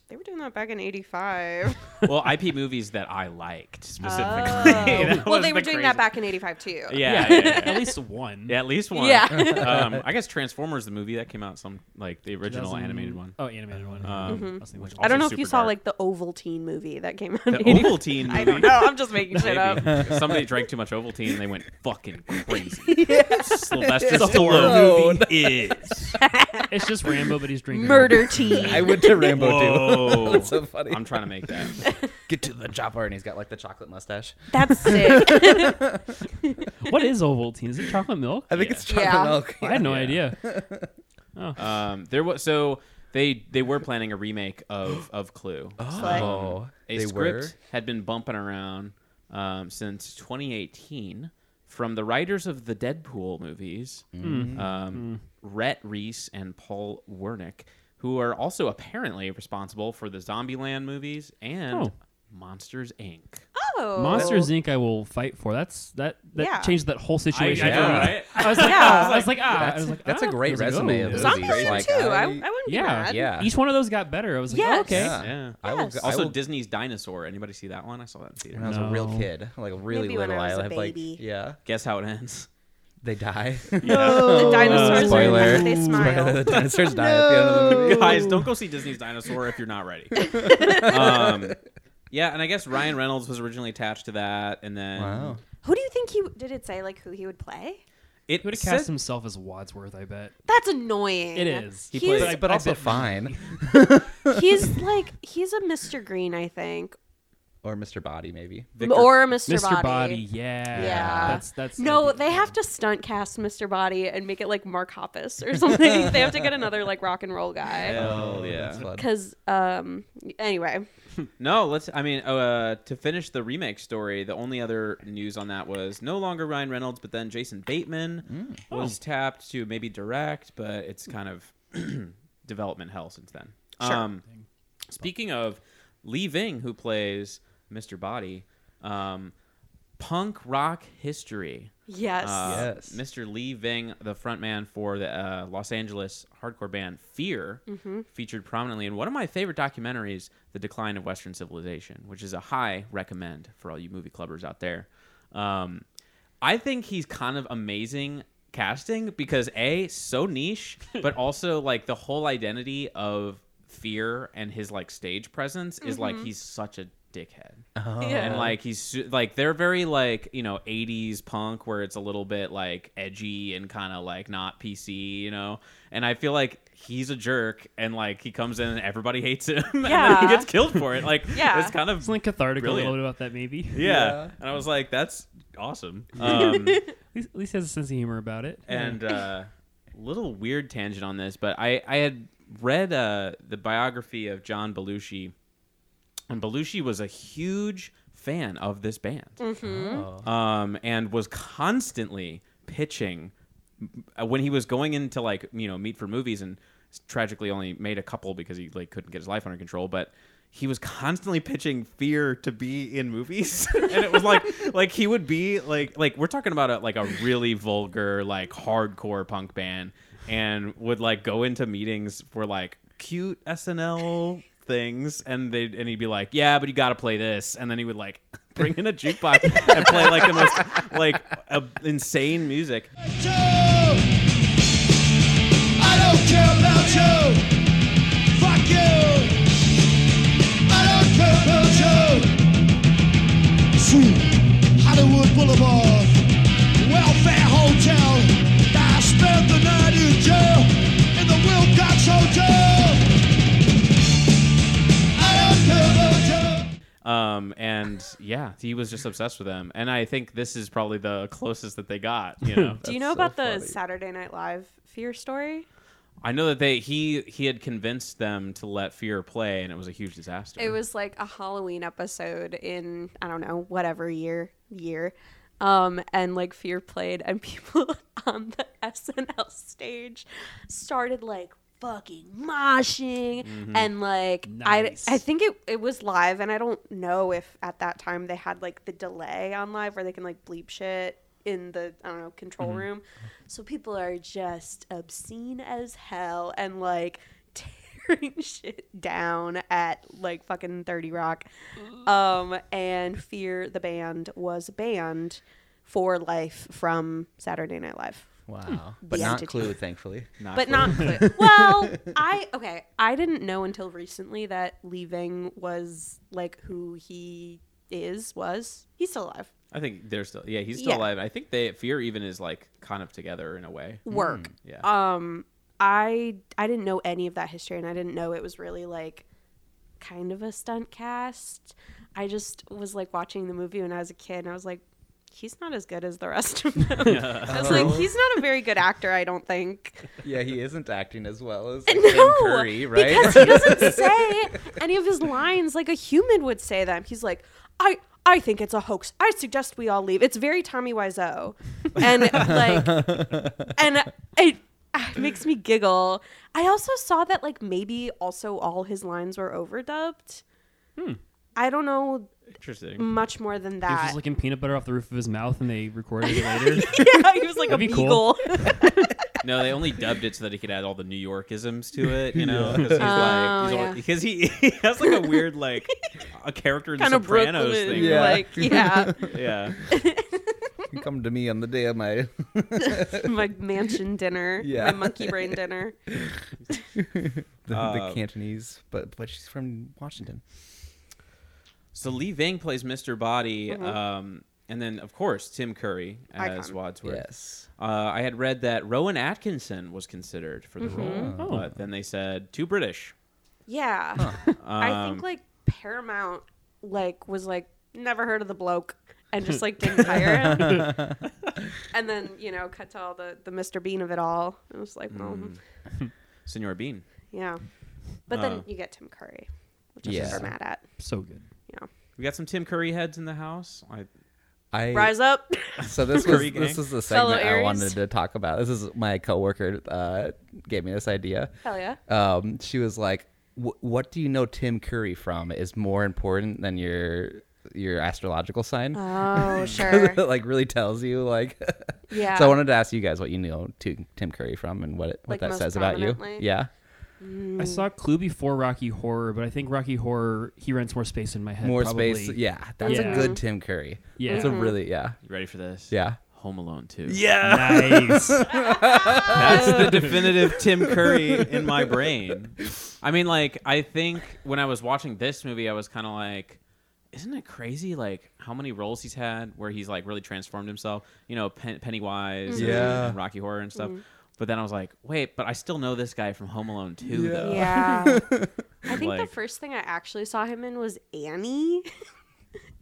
E: they were doing that back in
D: <laughs>
E: '85.
C: well,
E: <laughs>
C: IP movies that I liked specifically.
E: Oh.
C: <laughs>
E: well,
C: was
E: they were
C: the
E: doing that
C: crazy-
E: back in '85 too.
C: <laughs>
E: <laughs>
C: Yeah, yeah, yeah,
D: At least one.
C: Yeah, at least one.
E: Yeah. <laughs>
C: um, I guess Transformers the movie that came out some like the original
D: 2000
C: animated one.
D: Oh, animated one.
C: Um,
D: I was thinking
C: which
D: like-
E: I don't know
C: also
E: if you
C: super
E: saw
C: dark.
E: like the Ovaltine movie that came out. in
C: the
E: 85.
C: Ovaltine movie.
E: <laughs> I don't know. I'm just making shit up.
C: Maybe. Somebody drank too much Ovaltine and they went
E: <laughs>
C: fucking crazy. Sylvester Stallone
F: horror
C: is.
D: it's just Rambo, but he's <laughs> drinking
E: Murder Teen.
F: I would to Rambo <laughs>
C: Whoa.
F: too. That's so funny.
C: I'm trying to make that.
F: Get to the chopper, and he's got like the chocolate mustache.
E: That's sick.
D: What is Ovaltine? Is it chocolate milk?
F: I think
C: Yeah.
F: it's chocolate
E: Yeah.
F: milk.
D: I had no idea.
C: Um, there was so they they were planning a remake of of Clue.
F: <gasps> Oh,
C: a
F: they
C: script
F: were.
C: had been bumping around um, since 2018 from the writers of the Deadpool movies, um, Rhett Reese and Paul Wernick, who are also apparently responsible for the Zombieland movies and
D: Oh.
C: Monsters Inc.
E: <laughs> Oh.
D: Monsters Inc. I will fight for. That's that. That
E: Yeah.
D: changed that whole situation.
C: I know, right?
D: <laughs> I was like,
E: Yeah.
D: ah, I was like, ah, I
F: That's,
D: was like,
F: that's a
D: ah. I
F: great
D: was like,
F: resume
D: oh.
F: of movies.
E: Zombieland
F: like,
E: too. I, I
F: I-
E: wouldn't be
D: Yeah.
E: mad.
F: yeah.
D: Each one of those got better. I was like, oh,
E: Yes.
D: okay.
F: Yeah. I will,
E: Yes.
F: I
C: Also,
F: will-
C: Disney's Dinosaur. Anybody see that one? I saw that in theater.
F: when I was a real
D: No.
F: kid, like really
E: Maybe when
F: little,
E: I was a
F: have
E: baby.
F: like yeah,
C: Guess how it ends.
F: they die. <laughs>
E: The dinosaurs are
F: Spoiler.
E: in they smile.
F: the dinosaurs die at the end of the movie.
C: Guys, don't go see Disney's Dinosaur if you're not ready. um, yeah, and I guess Ryan Reynolds was originally attached to that, and then
F: Wow.
E: Who do you think he did it say like who he would play?
C: it
D: He would have
C: said-
D: cast himself as Wadsworth. I bet.
E: That's annoying.
D: It is.
C: He
E: he's
C: plays-
F: But also
D: bet-
F: <laughs> fine,
E: he's like he's a Mr. Green, I think,
F: or Mr. Body maybe.
C: Victor-
E: or a Mr.
D: Mr. Body.
E: Body.
D: yeah.
E: Yeah.
D: That's that's
E: No,
D: ideal.
E: they have to stunt cast Mr. Body and make it like Mark Hoppus or <laughs> something. they have to get another like rock and roll guy.
D: Oh,
C: Hell
F: Oh, That's
C: yeah.
F: fun.
E: Because um, anyway,
C: No, let's. I mean, uh, to finish the remake story, the only other news on that was no longer Ryan Reynolds, but then Jason Bateman was tapped to maybe direct, but it's kind of <clears throat> development hell since then. Um, speaking of Lee Ving, who plays Mr. Body, um, punk rock history.
E: yes,
C: Uh,
F: Yes.
C: Mr. Lee Ving, the frontman for the uh, Los Angeles hardcore band Fear, featured prominently in one of my favorite documentaries, The Decline of Western Civilization, which is a high recommend for all you movie clubbers out there. Um, I think he's kind of amazing casting because A, so niche, but also like the whole identity of Fear and his like stage presence is like he's such a dickhead
F: Oh. <laughs>
C: and like he's su- like they're very like you know 80s punk where it's a little bit like edgy and kind of like not pc you know and i feel like he's a jerk and like he comes in and everybody hates him <laughs> and then he
E: Yeah.
C: gets killed for it like
E: Yeah.
C: it's kind of
D: It's like cathartic a
C: Brilliant.
D: little bit about that maybe.
C: yeah. and i was like that's
D: <laughs>
C: awesome um,
D: At least, at least he has a sense of humor about it.
C: and uh little weird tangent on this but i i had read uh the biography of john belushi and belushi was a huge fan of this band um, and was constantly pitching uh, when he was going into like you know meet for movies and tragically only made a couple because he like couldn't get his life under control but he was <laughs> constantly pitching fear to be in movies <laughs> and it was like like he would be like like we're talking about a, like a really vulgar like hardcore punk band and would like go into meetings for like cute SNL things and they and he'd be like, "Yeah, but you got to play this." And then he would like <laughs> bring in a jukebox and play like the most like ab- insane music.
G: you. I don't care about you. Fuck you. I don't care about you. Through Hollywood Boulevard, Welfare Hotel. I spent the night in jail in the Wilcox Hotel. I don't care about you.
C: Um and yeah, he was just obsessed with them. And I think this is probably the closest that they got, you know.
E: do you know about the Saturday Night Live Fear story?
C: I know that they he he had convinced them to let fear play, and it was a huge disaster.
E: It was like a Halloween episode in I don't know whatever year year, um, and like Fear played, and <laughs> people on the SNL stage started like fucking moshing, and like
D: Nice.
E: I I think it it was live, and I don't know if at that time they had like the delay on live where they can like bleep shit in the I don't know control room, so people are just obscene as hell, and like tearing <laughs> shit down at like fucking 30 Rock. Um, and Fear the band was banned for life from Saturday Night Live.
F: Wow. But
E: The
F: not
E: entity.
F: Clue, thankfully.
E: But not clear. <laughs> well, I okay. I didn't know until recently that leaving was like who he is was. He's still alive.
C: I think they're still yeah he's still
E: Yeah.
C: alive. I think they fear even is like kind of together in a way.
E: Work.
C: Yeah.
E: I I didn't know any of that history, and I didn't know it was really like kind of a stunt cast. I just was like watching the movie when I was a kid, and I was like, he's not as good as the rest of them. I was like, he's not a very good actor, I don't think.
F: <laughs> Yeah, he isn't acting as well as like,
E: <laughs>
F: Tim
E: No,
F: Curry, right?
E: because he doesn't say any of his lines like a human would say them. He's like, I. I think it's a hoax. I suggest we all leave. It's very Tommy Wiseau, and like and it, ah, it makes me giggle. I also saw that like maybe also all his lines were overdubbed. I don't know
C: Interesting.
E: much more than
D: He was
E: that. <laughs>
D: just licking peanut butter off the roof of his mouth, and they recorded it later. <laughs>
E: yeah, he was like a
D: That'd be
E: beagle.
D: cool.
C: No, they only dubbed it so that he could add all the New Yorkisms to it. You know, because he's
E: Oh,
C: like he's
E: yeah.
C: only- because he, <laughs> he has like a weird like a character in the
E: kind of
C: Sopranos
E: Brooklyn.
C: thing.
F: Yeah.
E: Like, yeah,
C: <laughs> Yeah.
F: <laughs> Come to me on the day of my. <laughs>
E: my mansion dinner,
F: Yeah.
E: my monkey brain dinner.
F: the,
C: Uh,
F: the Cantonese, but but she's from Washington.
C: So Lee Vang plays Mr. Body, um, and then of course Tim Curry as
E: Icon.
C: Wadsworth.
F: Yes.
C: Uh, I had read that Rowan Atkinson was considered for the role,
D: Oh.
C: but then they said too British.
E: Yeah. <laughs> I think like Paramount like was like never heard of the bloke and just like didn't <laughs> hire him. <laughs> and then, you know, cut to all the the Mr. Bean of it all. It was like, well,
C: Senor Bean.
E: yeah. But then
C: Uh.
E: you get Tim Curry, which I'm
F: Yeah.
E: super mad at.
D: so good.
E: Yeah.
C: We got some Tim Curry heads in the house. I,
F: I
E: Rise <laughs> up.
F: so this
C: Curry
F: was this
C: gang.
F: is the
E: Fellow
F: segment I
E: Aries.
F: wanted to talk about. This is my coworker uh, gave me this idea.
E: Hell yeah.
F: Um, she was like, "Wh- "What do you know Tim Curry from is more important than your your astrological sign?" <laughs>
E: Oh, <laughs>
F: 'Cause
E: sure.
F: it like really tells you like. <laughs>
E: Yeah.
F: so I wanted to ask you guys what you know to Tim Curry from and what it, what
E: Like,
F: that
E: most
F: says about you.
E: prominently?
F: Yeah.
D: I saw Clue before Rocky Horror, but I think Rocky Horror he rents more space in my head.
F: More
D: probably.
F: space. Yeah, that's
D: Yeah.
F: a good Tim Curry.
D: Yeah.
F: That's a really yeah.
C: you ready for this?
F: Yeah.
C: Home Alone 2.
F: <laughs> Yeah.
D: Nice.
C: That's the definitive Tim Curry in my brain. I mean, like, I think when I was watching this movie, I was kind of like, isn't it crazy, like, how many roles he's had where he's, like, really transformed himself? You know, Pen- Pennywise
F: Yeah.
C: and Rocky Horror and stuff. But then I was like, wait, but I still know this guy from Home Alone 2, though.
E: <laughs> Yeah. I think
C: Like-
E: the first thing I actually saw him in was Annie. <laughs>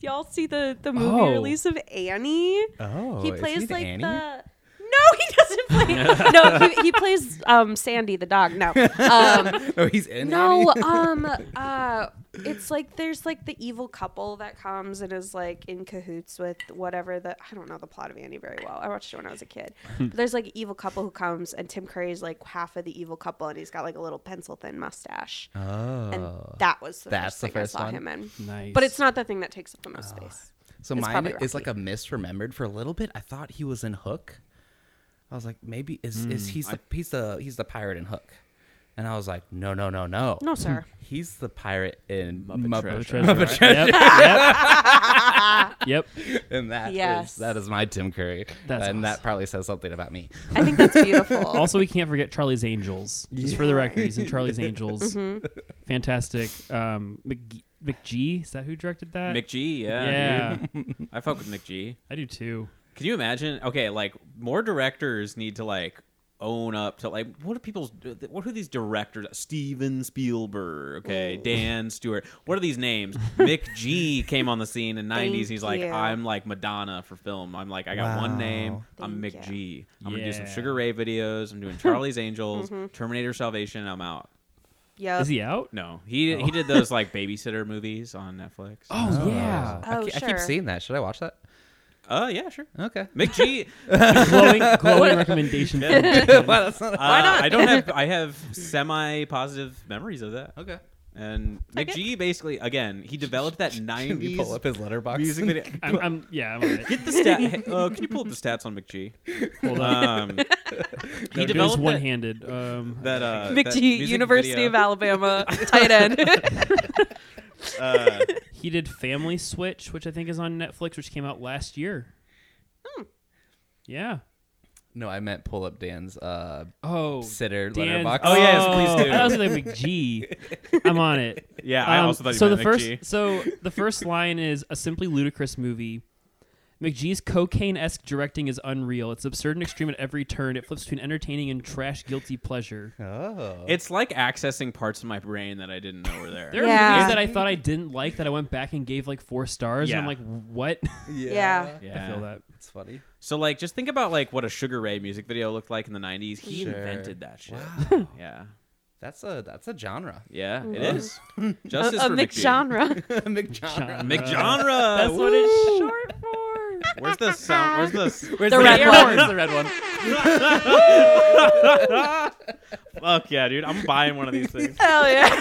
E: Do y'all see the the movie
D: Oh.
E: release of Annie?
F: Oh,
E: he
F: is
E: plays
F: the
E: like
F: Annie?
E: the no he doesn't <laughs> play no he, he plays um sandy the dog
F: <laughs>
E: no um
F: <laughs> Oh, he's in
E: no
F: <laughs>
E: um uh it's like there's like the evil couple that comes and is like in cahoots with whatever the i don't know the plot of annie very well i watched it when i was a
F: <laughs>
E: kid but there's like an evil couple who comes and tim curry's like half of the evil couple and he's got like a little pencil thin mustache
F: Oh.
E: and that was the
F: That's
E: first
F: the
E: thing
F: first
E: i saw
F: one? Ah.
E: him in
D: nice.
E: but it's not the thing that takes up the most space
F: so
E: it's
F: mine
E: probably
F: is like
E: Rocky.
F: a misremembered for a little bit. I thought he was in Hook. I was like, maybe is is he's the he's the he's the pirate in Hook. And I was like, no, no, no, no.
E: no sir
F: <laughs> He's the pirate in
C: Muppet
F: Muppet,
C: Treasure.
D: <laughs>
F: Treasure.
D: Treasure. Yep. yep. yep.
F: and that is-
E: Yes.
F: that is my Tim Curry.
D: That's
F: and that
D: awesome.
F: probably says something about me.
E: i think that's beautiful
F: <laughs>
D: Also, we can't forget Charlie's Angels. Just for the record, he's in Charlie's Angels. Fantastic. Um, McG- McGee, is that who directed that?
C: Mick G, yeah.
D: Yeah,
C: dude. I fuck with Mick G.
D: I do too.
C: Can you imagine? Okay, like, more directors need to, like, own up to like what are people's what are these directors steven spielberg okay dan stewart what are these
D: <laughs>
C: names mick g came on the scene in 90s he's like
E: you.
C: i'm like madonna for film i'm like i got one name i'm
E: Thank
C: mick G. am gonna do some
D: Yeah.
C: sugar ray videos i'm doing
E: <laughs>
C: charlie's angels
E: Mm-hmm.
C: terminator salvation i'm out
E: Yep.
D: Is he out?
C: no he he did
D: <laughs>
C: those like babysitter movies on netflix
D: Oh, yeah.
E: Oh,
F: I, ke-
E: sure.
F: I keep seeing that. Should I watch that?
C: uh yeah sure
F: Okay.
C: mick g
D: glowing <laughs> glowing recommendation.
C: Yeah.
F: Wow, that's not-
C: Why not? Uh, I don't have. I have semi-positive memories of that.
F: okay.
C: And McGee basically, again, he developed that
F: Can we
C: '90s
F: pull up his letterbox?
C: music video.
D: I'm, I'm yeah. I'm on it.
C: Get the stat. hey, uh, can you pull up the stats on McGee?
D: Hold on.
C: Um, he
D: No, dude, it's
C: developed that,
D: one-handed. Um,
C: that, uh,
E: Mick
C: that
E: G,
C: music
E: University
C: video.
D: <laughs>
E: of Alabama, tight <laughs> end.
C: Uh,
D: he did Family Switch, which I think is on Netflix, which came out last year.
C: Hmm.
D: Yeah.
F: <laughs> no, I meant pull up Dan's uh,
D: Oh.
F: sitter
D: Dan's-
F: letterbox.
C: Oh, yes, please do.
D: I was
C: <laughs>
D: like McG. I'm on it.
C: yeah, I
D: Um,
C: also thought you
D: so
C: meant
D: the
C: McGee.
D: first so the first line is a simply ludicrous movie. McGee's cocaine-esque directing is unreal. It's absurd and extreme at every turn. It flips between entertaining and trash guilty pleasure.
F: Oh.
C: It's like accessing parts of my brain that I didn't know were there.
D: Uh, There are
E: Yeah.
D: movies that I thought I didn't like that I went back and gave like four stars, and I'm
C: Yeah.
D: like, what? <laughs>
E: Oh, Yeah.
C: yeah.
D: I
C: <laughs>
D: feel that.
F: It's funny.
C: So like, just think about like what a Sugar Ray music video looked like in the '90s. He
F: Sure.
C: invented that shit. Yeah.
F: That's a that's a genre. <laughs>
C: Yeah, it is. Justice
E: a
C: for
E: mixed Uh, genre. <laughs>
F: McGenre.
C: McGenre.
D: Uh, That's what it's short.
C: Where's the sound? Where's the
F: Where's
E: The red
F: air
E: one.
F: Where's the red one?
C: fuck yeah, dude? I'm buying one of these things.
E: Hell yeah.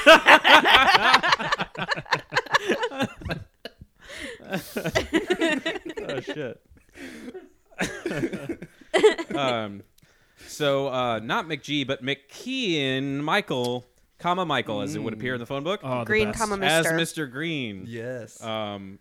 C: oh shit. um, so uh, not McG, but McKeon Michael, comma Michael, as it would appear in the phone book,
D: Oh, the
E: Green,
D: best.
E: comma,
C: as
E: mister.
C: Mr. Green.
F: Yes.
C: Um,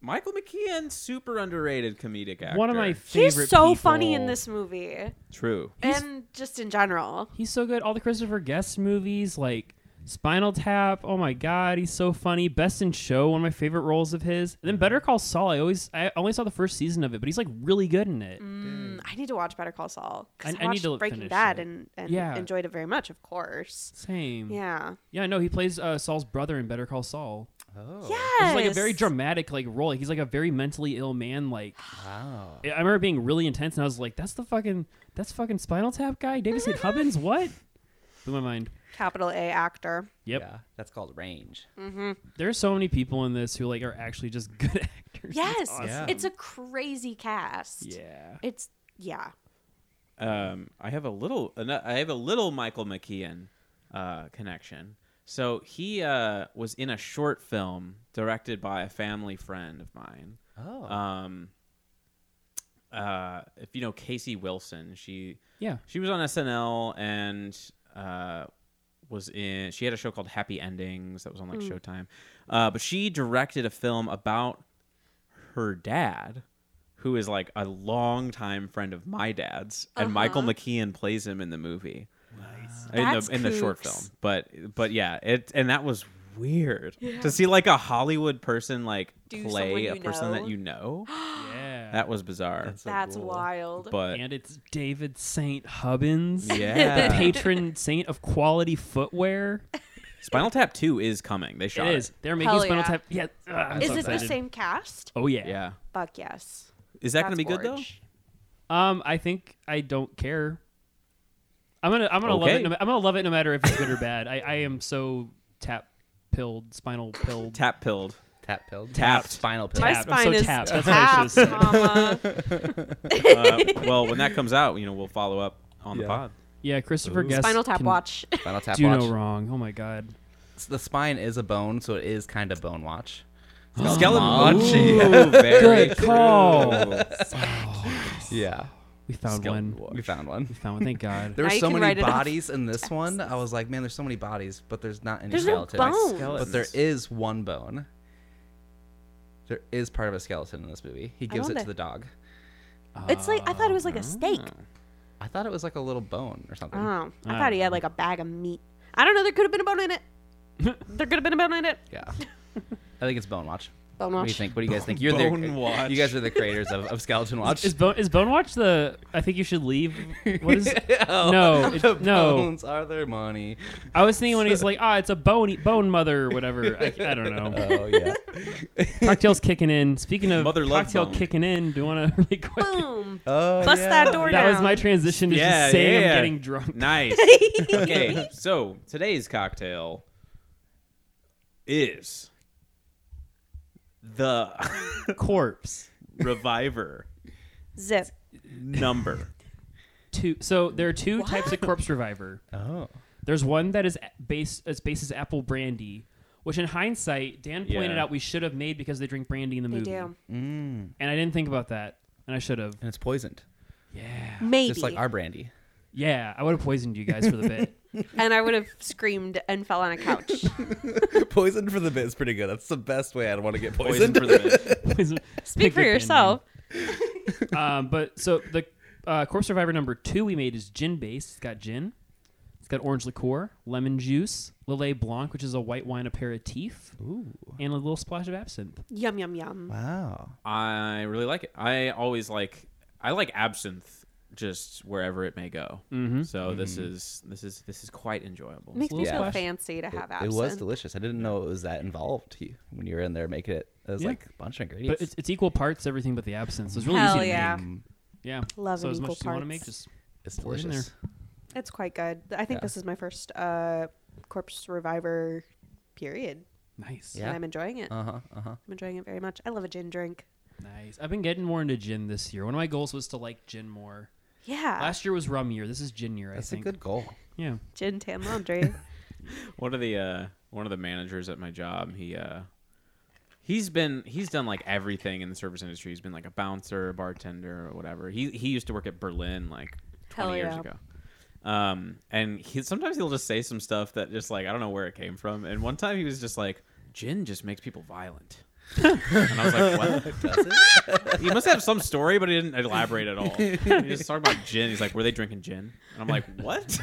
C: Michael McKeon, super underrated comedic actor.
D: <laughs> One of my favorite.
E: He's so
D: people.
E: funny in this movie.
C: true.
E: And just in general.
D: He's so good. All the Christopher Guest movies, like Spinal Tap. Oh my god, he's so funny. Best in Show, one of my favorite roles of his. And then Better Call Saul. I always, I only saw the first season of it, but he's like really good in it.
E: Mm, I need to watch Better Call Saul. 'cause
D: I- I
E: I,
D: need
E: watched
D: to
E: Breaking
D: finish
E: Bad
D: it.
E: and, and
D: Yeah. Mm.
E: enjoyed it very much, of course.
D: Same.
E: Yeah.
D: Yeah. No, he plays uh, Saul's brother in Better Call Saul.
F: oh.
E: Yes.
D: It's like a very dramatic like role. He's like a very mentally ill man. Like
F: Wow.
D: I remember being really intense, and I was like, "That's the fucking, that's fucking Spinal Tap guy, David St. Hubbins." What? Blew my mind.
E: capital A actor.
D: Yep.
F: Yeah. That's called range.
E: Mm.
D: There are so many people in this who like are actually just <laughs> good actors. It's
E: Yes.
D: awesome.
F: awesome.
E: It's a crazy cast.
D: Yeah.
E: It's yeah.
C: Um, I have a little. an- I have a little Michael McKeon uh, connection. So he uh, was in a short film directed by a family friend of mine.
F: Oh.
C: Um, uh, if you know Casey Wilson, she
D: Yeah.
E: <gasps>
C: she was on SNL and uh, was in. She had a show called Happy Endings that was on like
E: Mm.
C: Showtime. Uh, but she directed a film about her dad, who is like a longtime friend of my dad's,
E: Uh-huh.
C: and Michael McKean plays him in the movie. Nice. In
E: That's
C: the in the short
E: kooks.
C: film, but but yeah, it and that was weird to see like a Hollywood person like
E: Do
C: play a
E: someone you
C: person that
E: know.
C: you
E: <gasps>
C: know.
D: Yeah.
C: That was bizarre,
F: So
E: That's
F: cool.
E: wild.
C: but
D: and it's David St. Hubbins.
E: <laughs>
D: The
C: yeah,
D: patron saint of quality footwear.
C: Spinal Tap Two is coming. They
D: It
C: shot
D: is. They're making
E: Hell
D: Spinal
E: yeah.
D: Tap. Yeah. Ugh, I'm
E: Is
D: so
E: it the
D: excited.
E: same cast?
D: Oh yeah.
C: Yeah,
E: Fuck yes.
C: is that going to
E: That's
C: be good though?
E: gorge.
D: Um, I think I don't care. I'm gonna I'm gonna love
C: Okay.
D: it. No, ma- I'm gonna love it no matter if it's good or bad. I, I am so tap pilled, spinal pilled.
C: Tap pilled.
F: Tap pilled.
C: Tapped.
F: Spinal
E: My
F: pilled.
D: Tapped. I'm
E: spine
D: so
E: is
D: tapped.
E: tapped.
D: That's what I should've said. <laughs>
E: mama.
C: Uh, well, when that comes out, you know we'll follow up on the
F: Yeah.
C: pod.
D: Yeah, Christopher Guest.
E: Spinal Tap
D: can
E: Watch.
F: Spinal tap
D: Do
F: watch.
D: no wrong. Oh my god.
F: The spine is a bone, so it is kind of bone watch.
C: Skeleton.
F: Watch.
C: Ooh, very
D: Good call.
C: true.
F: Yeah.
D: We found
C: Skeleton
D: one.
C: watch.
F: We found one.
D: We found one.
C: <laughs>
D: Thank God.
F: There were
E: Now you
F: so
E: can write
F: many
E: it off.
F: bodies in this one. I was like, man, there's so many bodies, but there's not any
E: There's no
F: skeletons.
E: bones.
F: But there is one bone. There is part of a skeleton in this movie. He gives it
E: wonder.
F: to the dog.
E: It's like I thought it was like a steak.
F: Mm. I thought it was like a little bone or something.
E: Oh, I thought he had like a bag of meat.
F: <laughs>
E: <laughs> I don't know. There could have been a bone in it. there could have been a bone in it.
F: Yeah. I think it's Bone Watch.
E: Bone
F: What do you
E: Watch.
F: think? What do you guys think? You're the
C: Bone Watch.
F: you guys are the creators of, of Skeleton Watch. <laughs>
D: Is Bone is Bone Watch the? I think you should leave.
C: <laughs>
D: What is?
F: Oh,
D: No, it-
F: the
D: no.
F: bones are their money.
D: I was thinking when he's like, ah, it's a bone bone mother or whatever. I, I don't know.
F: Oh yeah.
D: Cocktails kicking in. Speaking of
C: Uh, Mother love
D: cocktail
C: bone.
D: kicking in, do you <laughs> want to really quick?
E: Boom.
F: <laughs> Oh,
E: Bust
F: yeah.
E: that door
D: That
E: down.
D: was my transition to
C: Yeah,
D: just saying
C: yeah.
D: I'm getting drunk. <laughs>
C: Nice. okay, so today's cocktail is the
D: Corpse.
C: <laughs> Reviver
E: Zip.
C: number.
D: Two. So there are two types of corpse reviver.
F: Oh.
D: There's one that is a- based as bases apple brandy, which in hindsight, Dan pointed
C: Yeah.
D: out we should have made because they drink brandy in the
E: They
D: movie.
E: do.
F: Mm.
D: And I didn't think about that, and I should have.
F: And it's poisoned,
D: Yeah.
E: Maybe.
F: just like our brandy.
D: Yeah, I would have poisoned you guys for the
E: <laughs>
D: bit.
E: and I would have screamed and fell on a
F: <laughs>
E: couch.
F: <laughs>
E: <laughs>
F: poisoned for the bit is pretty good. That's the best way I'd want to get
C: Poison for the bitch.
D: Poison-
E: Speak for
D: Pick up
E: yourself.
D: brandy. um, but so the uh, corpse survivor number two we made is gin based. It's got gin, it's got orange liqueur, lemon juice, Lillet Blanc, which is a white wine aperitif,
F: Ooh.
D: and a little splash of absinthe.
E: Yum yum yum.
F: <laughs> Wow.
C: I really like it. I always like I like absinthe just wherever it may go. Mm-hmm. So this is this is this is quite enjoyable.
E: Makes me
D: Yeah.
E: feel
D: Splash.
E: fancy to have
F: It
E: absinthe.
F: was delicious. I didn't know it was that involved to you when you were in there making it. It was
D: Yeah.
F: like a bunch of ingredients.
D: But it's, it's equal parts everything but the absinthe. So it's really
E: Hell
D: easy to
E: yeah.
D: make. Yeah.
E: Love
D: so
E: an
D: as much
E: equal
D: as you want to
E: parts.
D: make, just
F: It's
D: pour it in
F: delicious.
E: It's quite good. I think
F: Yeah.
E: this is my first uh, corpse reviver period,
D: nice.
F: Yeah.
E: and I'm enjoying it.
F: Uh huh. Uh huh.
E: I'm enjoying it very much. I love a gin drink.
D: Nice. I've been getting more into gin this year. One of my goals was to like gin more.
E: Yeah,
D: Last year was rum year. This is gin year.
F: That's
D: I
F: a
D: think.
F: good goal.
D: Yeah.
E: gin tan
F: <laughs>
E: laundry.
C: One of the uh one of the managers at my job, he uh he's been he's done like everything in the service industry. He's been like a bouncer, a bartender, or whatever. He he used to work at Berlin like twenty
E: Hell
C: years
E: yeah.
C: ago. Um and he sometimes he'll just say some stuff that just like I don't know where it came from. And one time he was just like, Gin just makes people violent. <laughs> and I was like, What?
F: Does it?
C: he must have some story, but he didn't elaborate at all. He just talked about gin. He's like, "Were they drinking gin?" And I'm like, "What?"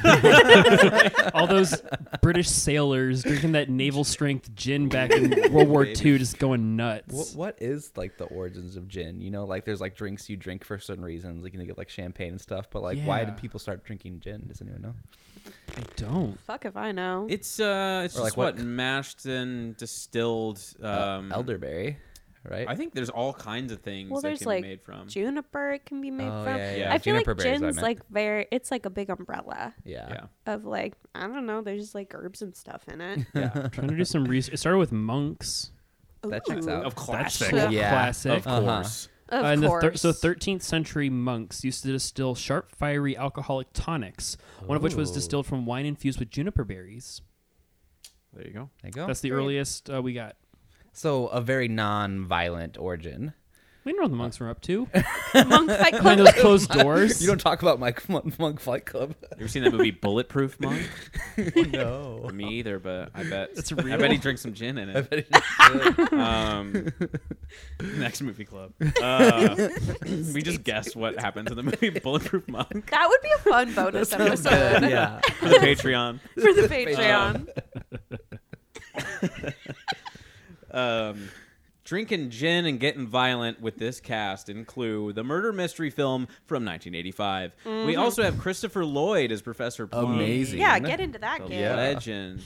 D: All those British sailors drinking that naval strength gin back
F: <laughs>
D: in World War II, just going nuts.
F: What, what is like the origins of gin? You know, like there's like drinks you drink for certain reasons, like you can get like champagne and stuff. But like, why
D: Yeah.
F: did people start drinking gin? Does anyone know?
D: I don't.
E: Fuck if I know.
C: <laughs> it's uh, it's
F: Or
C: just
F: like
C: what,
F: what- Uh,
C: mashed and distilled. Um,
F: Elderberry, right?
C: I think there's all kinds of things
E: well,
C: that
E: there's
C: can
E: like
C: be made from.
E: juniper. It can be made
F: Oh,
E: from.
F: yeah,
C: yeah,
E: I feel
F: juniper
E: like
F: berries, I
E: gin's
F: meant.
E: like very. It's like a big umbrella
F: yeah.
C: yeah,
E: of like I don't know. There's like herbs and stuff in it.
C: yeah,
D: trying to do some research. It started with monks.
F: <laughs> That checks
E: Ooh.
F: out.
C: of classic,
D: cool.
F: Yeah.
D: Classic.
C: of
F: Uh-huh.
C: course.
E: Of
D: Uh, in the
E: course.
D: thir- so
E: <laughs>
D: 13th century monks used to distill sharp, fiery alcoholic tonics, one of which was
F: Ooh.
D: distilled from wine infused with juniper berries.
C: There you go.
F: There you go.
D: That's the earliest uh, we got.
F: so a very non-violent <laughs> origin.
D: We didn't know what the monks were up
F: <laughs>
D: to
E: Monk Fight
D: behind
E: Club.
D: those closed doors.
F: You don't talk about my Monk, monk Fight <laughs> Club.
C: You ever seen that movie Bulletproof Monk?
F: Oh, <laughs> no.
C: Me either, but I <laughs> bet
D: It's
C: I
D: real.
C: bet he drinks some gin in
F: <laughs>
C: it. <laughs> Um, next movie
F: <laughs>
C: club. Uh, we just guessed what happens in the
F: <laughs>
C: movie Bulletproof Monk.
E: <laughs> That would be a fun bonus episode
F: yeah. <laughs>
C: for the Patreon.
E: <laughs> for the Patreon.
C: Um, drinking gin and getting violent with this cast include the murder mystery film from 1985. We also have Christopher Lloyd as Professor Plum.
F: Amazing.
E: Mm-hmm. Oh, yeah, get into that
C: The
E: game.
F: Yeah.
C: legend.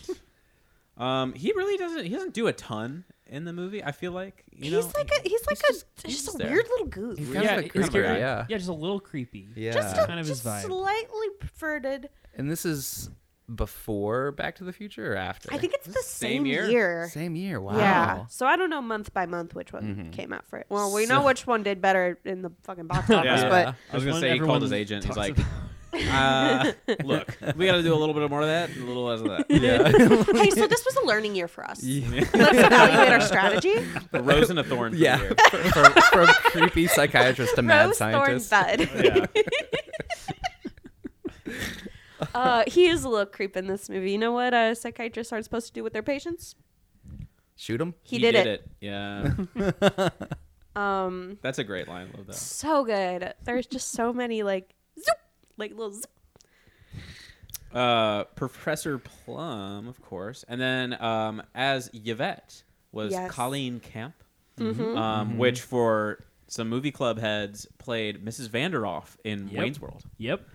C: um, he really doesn't. He doesn't do a ton in the movie. I feel like you
E: he's
C: know.
E: like a he's like
C: he's just-
E: a
C: he's
E: just,
C: just
E: a
C: there.
E: weird little goof.
F: He's
D: Yeah,
F: kind of a
D: it's
F: creeper,
D: very-
F: yeah.
D: yeah, just a little creepy.
F: Yeah.
E: Just,
D: Yeah.
E: a,
D: uh, Kind of his
E: just
D: vibe.
E: slightly perverted.
F: and this is before Back to the Future or after?
E: I think it's the same,
C: same year?
E: year.
F: Same year. Wow.
E: Yeah. So I don't know month by month which one came out first. Well, we know which one did better in the fucking <laughs> box office,
C: Yeah.
E: but
C: I was
D: There's
C: gonna
D: one
C: say he called his
D: everyone
C: agent. He's like,
D: talks about.
C: uh,
E: <laughs>
C: "Look, we got to do a little bit more of that, and a little less of that."
F: <laughs>
E: <laughs> hey, so this was a learning year for us.
C: Yeah.
E: <laughs> Let's evaluate our strategy. <laughs>
C: a rose and a thorn. for the
F: Yeah. <laughs>
C: year.
F: from, from creepy psychiatrist to mad
E: Rose Thorn
F: scientist.
E: Bud.
C: Yeah.
E: <laughs> Uh, he is a little creep in this movie. You know what uh, psychiatrists aren't supposed to do with their patients?
F: Shoot him.
E: He, did, it.
C: Yeah.
E: Um,
C: That's a great line. Love that.
E: so good. There's just so many like zoop, like little zoop.
C: Uh, Professor Plum, of course, and then um, as Yvette was
E: Yes. Mm-hmm.
C: Colleen Camp.
D: Mm-hmm.
C: um, which for some movie club heads played Mrs. Vanderhoff in
D: Yep.
C: Wayne's World.
D: Yep.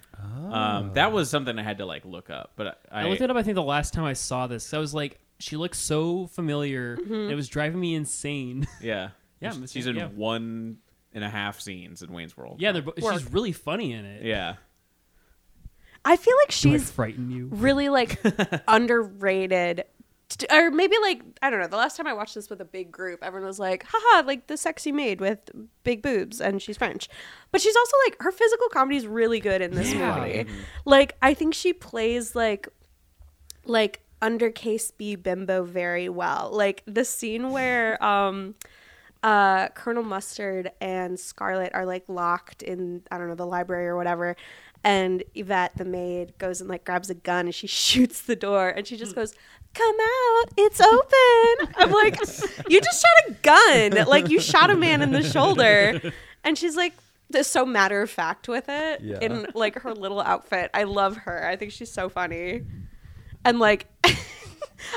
C: Um, that was something I had to like look up, but I,
D: I looked it up. I think the last time I saw this, I was like, she looked so familiar.
E: Mm-hmm.
D: and it was driving me insane. <laughs>
C: yeah,
D: Yeah,
C: She's-
D: Mrs.
C: she's in
D: yeah.
C: one and a half scenes in Wayne's World.
D: yeah, they're, bo- she's really funny in it.
C: yeah.
E: I feel like
D: Do I
E: she's
D: frighten you. <laughs>
E: really like underrated. T- Or maybe like I don't know. The last time I watched this with a big group, everyone was like, "Haha!" Like the sexy maid with big boobs, and she's French, but she's also like her physical comedy is really good in this
D: Yeah. Mm-hmm.
E: movie. Like I think she plays like like under case B bimbo very well. Like the scene where um uh Colonel Mustard and Scarlet are like locked in I don't know the library or whatever and Yvette the maid goes and like grabs a gun and she <laughs> shoots the door and she just goes come out it's open I'm like you just shot a gun like you shot a man in the shoulder and she's like just so matter of fact with it
F: Yeah.
E: in like her little outfit I love her I think she's so funny and like <laughs>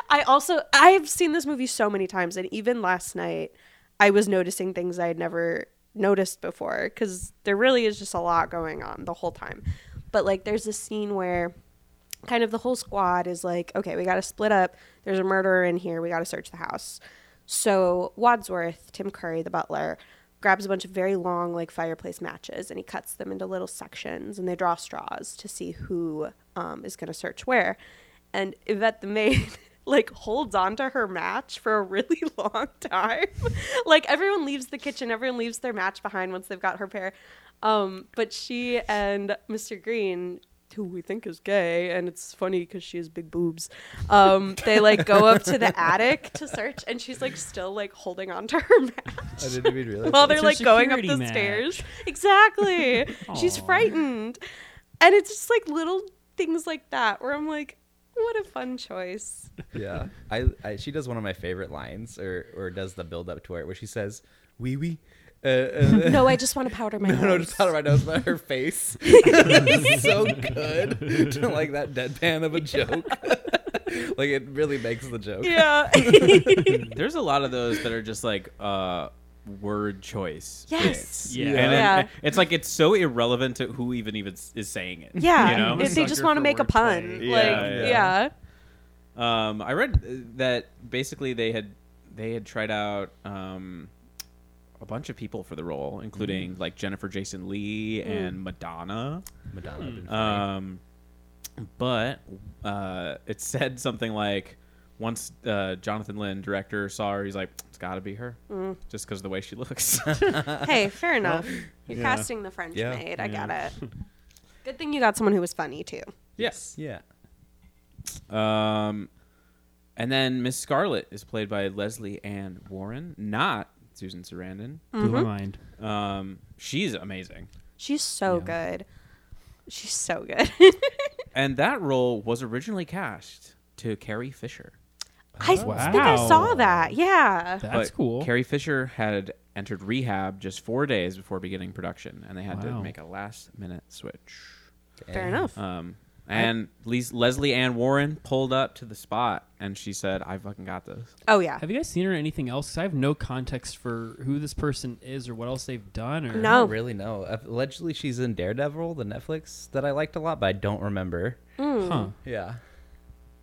E: I also I've seen this movie so many times and even last night I was noticing things I had never noticed before cuz there really is just a lot going on the whole time. But like there's this scene where kind of the whole squad is like, okay, we got to split up. There's a murderer in here. We got to search the house. So Wadsworth, Tim Curry, the butler, grabs a bunch of very long, like fireplace matches and he cuts them into little sections and they draw straws to see who um, is going to search where. And Yvette the maid. <laughs> Like holds on to her match for a really <laughs> long time. <laughs> like everyone leaves the kitchen, everyone leaves their match behind once they've got her pair. Um, but she and Mr. Green who we think is gay, and it's funny because she has big boobs. Um, they like go up to the attic to search, and she's like still like holding on to her <laughs> match
F: I didn't even realize.
E: while
D: It's
E: they're
D: her
E: like going up the
D: security match.
E: stairs. Exactly, she's
D: Aw.
E: frightened, and it's just like little things like that where I'm like, what a fun choice.
F: yeah, I, I she does one of my favorite lines, or or does the build up to it where she says "wee wee." Uh, uh, <laughs>
E: No, I just want to powder my
F: no, no,
E: nose.
F: just out of my nose, but her face.
E: <laughs>
F: It's <laughs> so good, <laughs> to, like that deadpan of a joke. <laughs> like it really makes the joke.
E: Yeah. <laughs>
C: There's a lot of those that are just like uh, word choice.
E: yes.
D: Yeah.
C: And then-
E: Yeah.
C: it's like it's so irrelevant to who even even s- is saying it.
E: Yeah.
C: You know?
E: If they just
D: Sucker
E: want to
D: for
E: make a pun,
D: wordplay.
E: like
C: Yeah, yeah.
E: yeah.
C: Um, I read uh, that basically they had they had tried out um, a bunch of people for the role, including like Jennifer Jason Lee and Madonna.
F: Madonna. had been funny.
C: Um, but uh, it said something like once uh, Jonathan Lynn, director, saw her, he's like, "It's got to be her," just because of the way she looks. <laughs>
E: hey, fair enough. You're casting the French
F: Yeah.
E: maid. I got it. Good thing you got someone who was funny too.
C: yes.
F: yeah.
C: Um, and then Miss Scarlet is played by Leslie Ann Warren, not Susan Sarandon.
D: Blew
E: Mm-hmm.
D: my mind.
C: Um, she's amazing.
E: She's so good. She's so good. <laughs>
C: And that role was originally cast to Carrie Fisher.
E: I think I saw
D: Wow.
E: that. Yeah.
D: That's
C: But
D: cool.
C: Carrie Fisher had entered rehab just four days before beginning production, and they had to
D: Wow.
C: make a last minute switch.
E: fair enough.
C: Um, and Les- Leslie Ann Warren pulled up to the spot, and she said, "I fucking got this."
E: oh yeah.
D: Have you guys seen her in anything else? 'Cause I have no context for who this person is or what else they've done. Or
E: No.
F: I don't really know. Allegedly, she's in Daredevil, the Netflix that I liked a lot, but I don't remember.
E: Hmm.
D: Huh.
F: Yeah.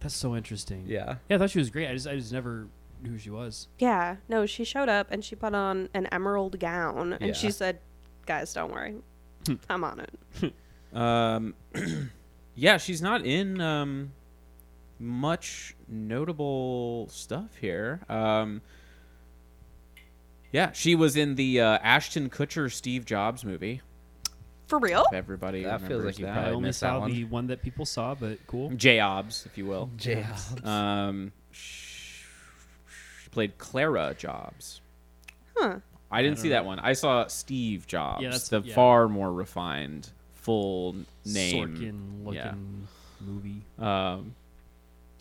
D: That's so interesting.
F: Yeah.
D: Yeah, I thought she was great. I just, I just never knew who she was.
E: Yeah. No, she showed up and she put on an emerald gown and
F: Yeah.
E: she said, "Guys, don't worry, I'm on it."
C: Um, yeah, she's not in um, much notable stuff here. Um, yeah, she was in the uh, Ashton Kutcher Steve Jobs movie.
E: For real?
C: If everybody
F: That feels
C: remembers
F: like you
C: that.
D: I
F: probably-
D: only
F: missed that
D: saw
F: one.
D: the one that people saw, but cool.
C: Jobs, if you will.
F: Yeah.
C: Um, sh- she played Clara Jobs.
E: Huh.
C: I didn't see that one. I saw Steve Jobs,
D: Yeah, that's-
C: the
D: yeah.
C: far more refined full name.
D: Sorkin looking movie.
C: Um,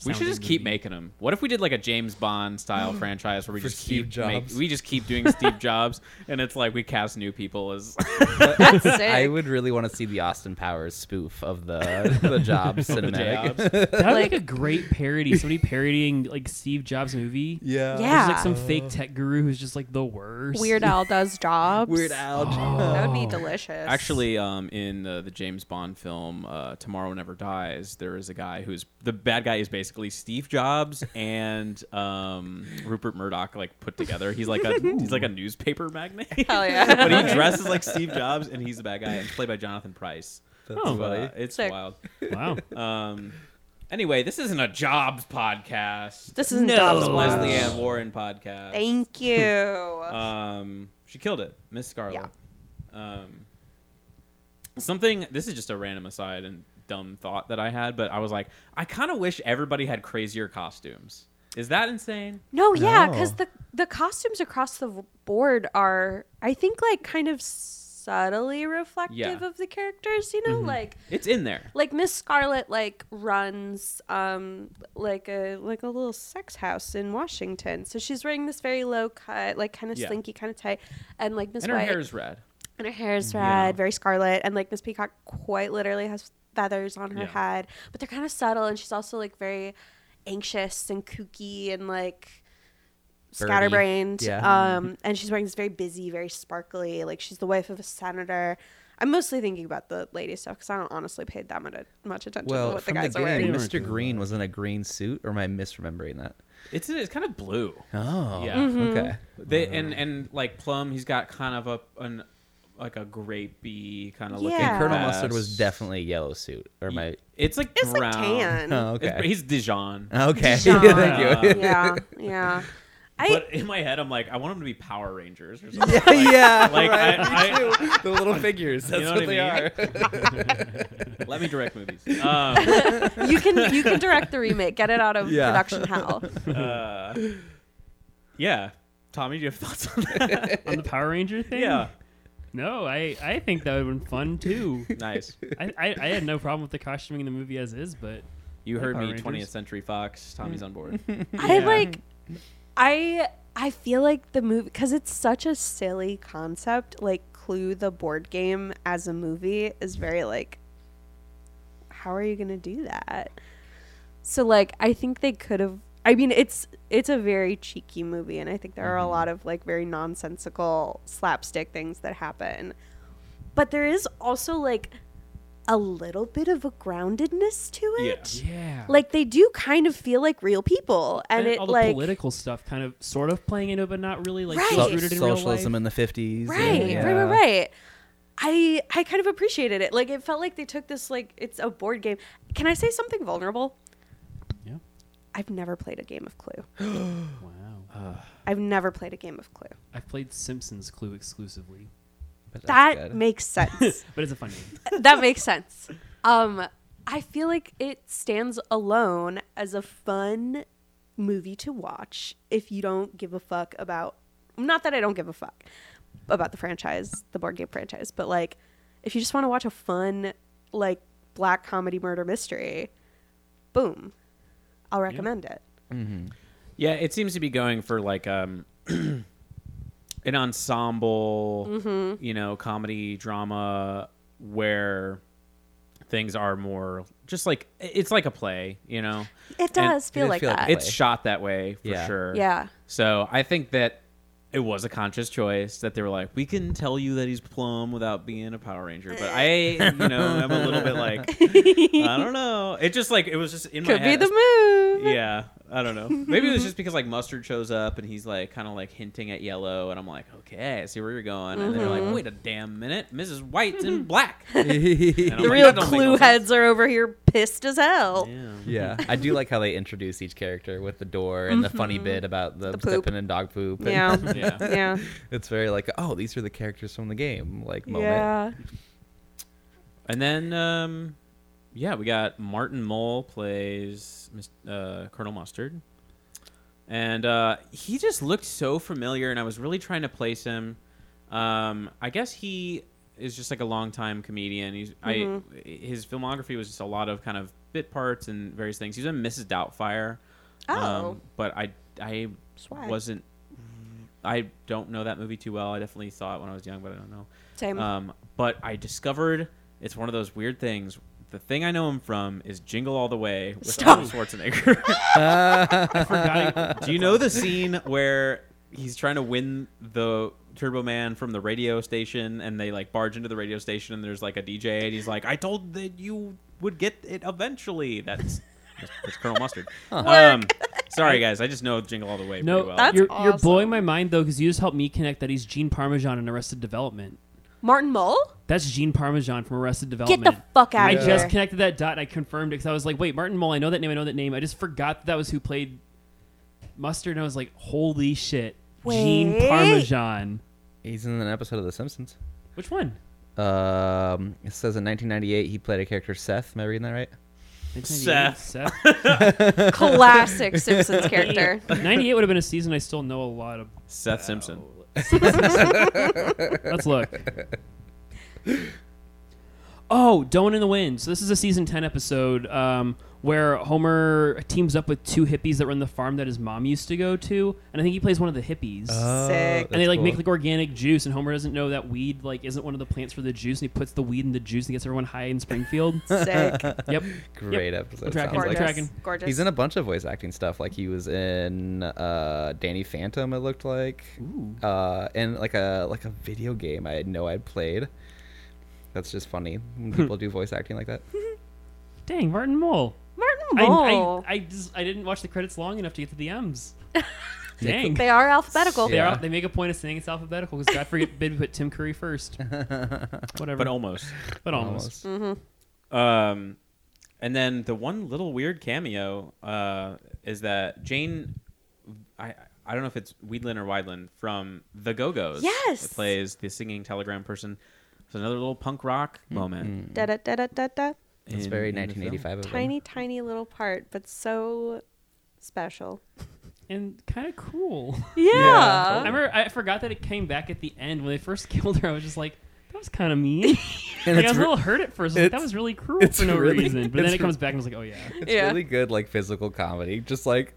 C: We should
D: sounding
C: just keep
D: movie.
C: making them. What if we did like a James Bond
F: <gasps>
C: style franchise where we
F: For
C: just
F: Steve
C: keep
F: Jobs.
C: Make, we just keep doing
D: <laughs>
C: Steve Jobs, and it's like we cast new people as
E: That's sick.
F: I would really want to see the Austin Powers spoof of the <laughs> the job
C: the
F: cinematic. <laughs>
C: Jobs.
D: That would make a great
C: <laughs>
D: parody. Somebody parodying like Steve Jobs' movie.
E: Yeah.
F: yeah.
D: There's like
C: Uh.
D: some fake tech guru who's just like the worst.
E: Weird Al does jobs.
F: Weird Al.
D: Oh.
E: That would be delicious.
C: Actually, um, in uh, the James Bond film uh, Tomorrow Never Dies, there is a guy who's the bad guy is basically Steve
E: <laughs>
C: Jobs and um, Rupert Murdoch like put together. He's like a he's like a newspaper magnate.
E: Hell
C: <laughs>
E: yeah.
C: but he dresses like Steve Jobs and he's the bad guy and it's played by Jonathan Price.
F: That's
D: Oh.
C: Uh, it's
E: Sick.
C: wild.
D: Wow.
C: Um, anyway, this isn't a jobs podcast.
E: this is no.
C: Leslie Ann Warren podcast.
E: Thank you.
C: Um, she killed it, Miss Scarlet.
E: Yeah.
C: Um, something. This is just a random aside and dumb thought that I had, but I was like, I kind of wish everybody had crazier costumes. Is that insane?
E: No, yeah, because
F: No.
E: the the costumes across the v- board are, I think, like kind of subtly reflective
C: Yeah. Mm-hmm.
E: of the characters. You know, like
C: It's in there.
E: like Miss Scarlet like runs um like a like a little sex house in Washington. So she's wearing this very low cut, like kind of
C: Yeah.
E: slinky, kind of tight, and like Miss
C: And her
E: White
C: hair is red.
E: and her hair is red,
C: Yeah.
E: very scarlet, and like Miss Peacock quite literally has feathers on her
C: Yeah.
E: head, but they're kind of subtle, and she's also like very anxious and kooky and like scatterbrained.
F: Yeah. <laughs>
E: Um, and she's wearing this very busy, very sparkly, like she's the wife of a senator. I'm mostly thinking about the lady stuff because I don't honestly pay that much, much attention to
F: Well,
E: what the
F: from the,
E: guys are
F: game,
E: wearing.
D: weren't
F: Mr. Green was in a green suit, or am I misremembering that?
C: It's it's kind of blue.
F: Oh,
C: Yeah.
F: Okay.
C: They and and like Plum, he's got kind of a an like a grapey kind of looking.
E: Yeah.
F: And Colonel Mustard
C: vest.
F: was definitely a yellow suit, or my.
C: It's like
E: It's
C: brown.
E: like tan.
F: <laughs> Oh,
C: It's-
F: okay.
C: he's Dijon.
F: Okay.
E: Sean.
F: <laughs> Thank you.
E: yeah, yeah. I
C: but in my head, I'm like, I want them to be Power
E: <laughs>
C: Rangers or something.
F: <laughs>
C: <laughs>
F: Yeah, yeah.
C: Like,
F: right.
C: I-
F: me too. the little figures. That's
C: know
F: what,
C: what
F: they
C: I
F: are.
C: Let me direct movies.
E: <laughs>
C: Um,
E: you can
F: <laughs>
E: you can direct the remake. Get it out of
F: Yeah.
E: production hell.
C: uh, yeah, Tommy, do you have <laughs> thoughts on that?
E: <laughs>
D: On the Power Ranger thing?
C: Uh, yeah,
D: No, I, I think that would have been fun too.
C: nice.
D: I, I, I had no problem with the costuming in the movie as is, but
C: You heard
D: Power
C: me,
D: Rangers.
C: 20th Century Fox. Tommy's on board.
E: I like I I feel like the movie cuz it's such a silly concept like Clue the board game as a movie is very like how are you going to do that? So like I think they could have I mean it's it's a very cheeky movie and I think there are a lot of like very nonsensical slapstick things that happen. But there is also like a little bit of a groundedness to
C: Yeah.
E: it
D: yeah.
E: like they do kind of feel like real people and, it
D: all the
E: like
D: political stuff kind of sort of playing into it, but not really like
E: Right.
D: feels
F: So-
D: rooted in real life.
F: socialism in the 50s.
E: right,
F: yeah.
E: right right right i i kind of appreciated it like it felt like they took this like it's a board game can i say something vulnerable
D: Yeah.
E: i've never played a game
D: <gasps>
E: of clue
D: Wow.
E: i've never played a game of clue
D: I've played Simpsons Clue exclusively,
F: But that's
E: that
F: <laughs>
D: <laughs>
F: good.
E: makes sense
D: but it's
E: <laughs>
D: a fun game.
E: that makes sense um i feel like it stands alone as a fun movie to watch if you don't give a fuck about not that I don't give a fuck about the franchise, the board game franchise, but like if you just want to watch a fun like black comedy murder mystery, boom. I'll recommend it.
C: Yeah, it seems to be going for like um <clears throat> an ensemble,
E: Mm-hmm.
C: you know, comedy drama where things are more just like it's like a play, you know.
E: It
C: And
E: does feel
F: did
E: like
F: feel like
E: that.
F: it.
C: It's shot that way for
F: Yeah.
C: sure.
E: Yeah.
C: So I think that it was a conscious choice that they were like, we can tell you that he's plum without being a Power Ranger, but I, you know, I'm a little bit like, I don't know. It just like it was just in my
E: Could be
C: head
E: the move.
C: yeah, I don't know. Maybe it was just because like mustard shows up and he's like kind of like hinting at yellow, and I'm like, okay, I see where you're going. And they're
E: Mm-hmm.
C: like, wait a damn minute, Mrs. White's in
E: <laughs>
C: black. And I'm
E: The
C: like,
E: real
C: that don't make no
E: clue
C: sense.
E: heads are over here pissed as hell.
C: Yeah.
F: Yeah, <laughs> I do like how they introduce each character with the door and the funny bit about the,
E: Mm-hmm. poop.
F: stepping in dog poop. and-
E: Yeah.
C: <laughs> Yeah.
E: Yeah.
F: <laughs> it's very like, oh, these are the characters from the game, like moment.
E: Yeah.
C: And then, um, yeah, we got Martin Mull plays Mis- uh, Colonel Mustard, and uh, he just looked so familiar, and I was really trying to place him. Um, I guess he is just like a longtime comedian. He's I
E: Mm-hmm.
C: his filmography was just a lot of kind of bit parts and various things. He was in Mrs. Doubtfire. Um,
E: Oh.
C: but I I
E: Swag.
C: wasn't I don't know that movie too well. I definitely saw it when I was young, but I don't know.
E: Same.
C: Um, but I discovered it's one of those weird things. The thing I know him from is Jingle All the Way with
E: Stop.
C: Arnold Schwarzenegger.
E: <laughs>
C: Do you know the scene where he's trying to win the Turbo Man from the radio station, and they like barge into the radio station, and there's like a DJ, and he's like, "I told that you would get it eventually." That's that's Colonel Mustard. Um, sorry guys, I just know Jingle All the Way.
D: No,
C: pretty well.
E: That's
D: you're, you're
E: awesome.
D: blowing my mind though because you just helped me connect that he's Gene Parmesan in Arrested Development.
E: Martin Mull?
D: That's Gene Parmesan from Arrested
E: Get
D: Development.
E: the fuck out
D: Oh, I
E: of here.
D: just connected that dot and I confirmed it because I was like, wait, Martin Mull, I know that name, I know that name. I just forgot that, that was who played Mustard, and I was like, holy shit, Gene
E: Wait.
D: Parmesan.
F: He's in an episode of The Simpsons.
D: Which one?
F: Um, it says in 1998 he played a character Seth. Am I reading that right?
D: 1998,
C: Seth.
D: Seth. <laughs>
E: Classic Simpsons character.
D: 98 would have been a season I still know a lot of.
C: Seth Simpson.
D: Let's
E: <laughs>
D: look. Oh, Dawn in the Wind. So this is a season ten episode um, where Homer teams up with two hippies that run the farm that his mom used to go to, and I think he plays one of the hippies.
E: Oh. Sick.
D: and they like make
F: cool.
D: like organic juice, and Homer doesn't know that weed like isn't one of the plants for the juice, and he puts the weed in the juice and gets everyone high in
F: <laughs>
D: Springfield. <laughs>
E: Sick.
D: yep,
F: Great episode.
D: Tracking,
F: sounds
D: we're
F: like.
D: tracking.
E: Gorgeous.
F: He's in a bunch of voice acting stuff. Like he was in uh, Danny Phantom. It looked like, uh, and like a like a video game I know I'd played. That's just funny
D: <laughs>
F: when people do voice acting like that.
D: Dang, Martin Mull.
E: Martin
D: I,
E: Mull.
D: I, I just I didn't watch the credits long enough to get to the
E: <laughs>
D: M's. Dang.
E: they are alphabetical.
D: They,
F: Yeah.
D: are, they make a point of saying it's alphabetical because God forbid we put Tim Curry
F: <laughs>
D: first. Whatever.
C: but almost.
D: But almost.
F: Almost.
C: Um, and then the one little weird cameo uh, is that Jane, I I don't know if it's Weedlin or Weidlin from The Go Go's.
E: Yes.
C: plays the singing telegram person. It's another little punk rock moment.
E: Da da da da da da.
F: Mm-hmm.
D: Mm-hmm.
F: It's
C: in-
F: very
C: in the film.
F: 1985 of him.
E: Tiny, tiny little part, but so special.
D: And kind of
E: <laughs>
D: cool. I
E: Yeah.
D: remember I forgot that it came back at the end when they first <laughs> killed her. I was just like, that was kind of
F: <laughs>
D: mean.
F: And
D: like, I
F: it's
D: was a
F: re-
D: little hurt at first. I was like, that
F: it's-
D: was really cruel
F: it's
D: for no
F: really-
D: reason. But then
F: it's
D: it comes back and I was like, oh yeah.
F: It's
E: Yeah.
F: really good, like physical comedy, just like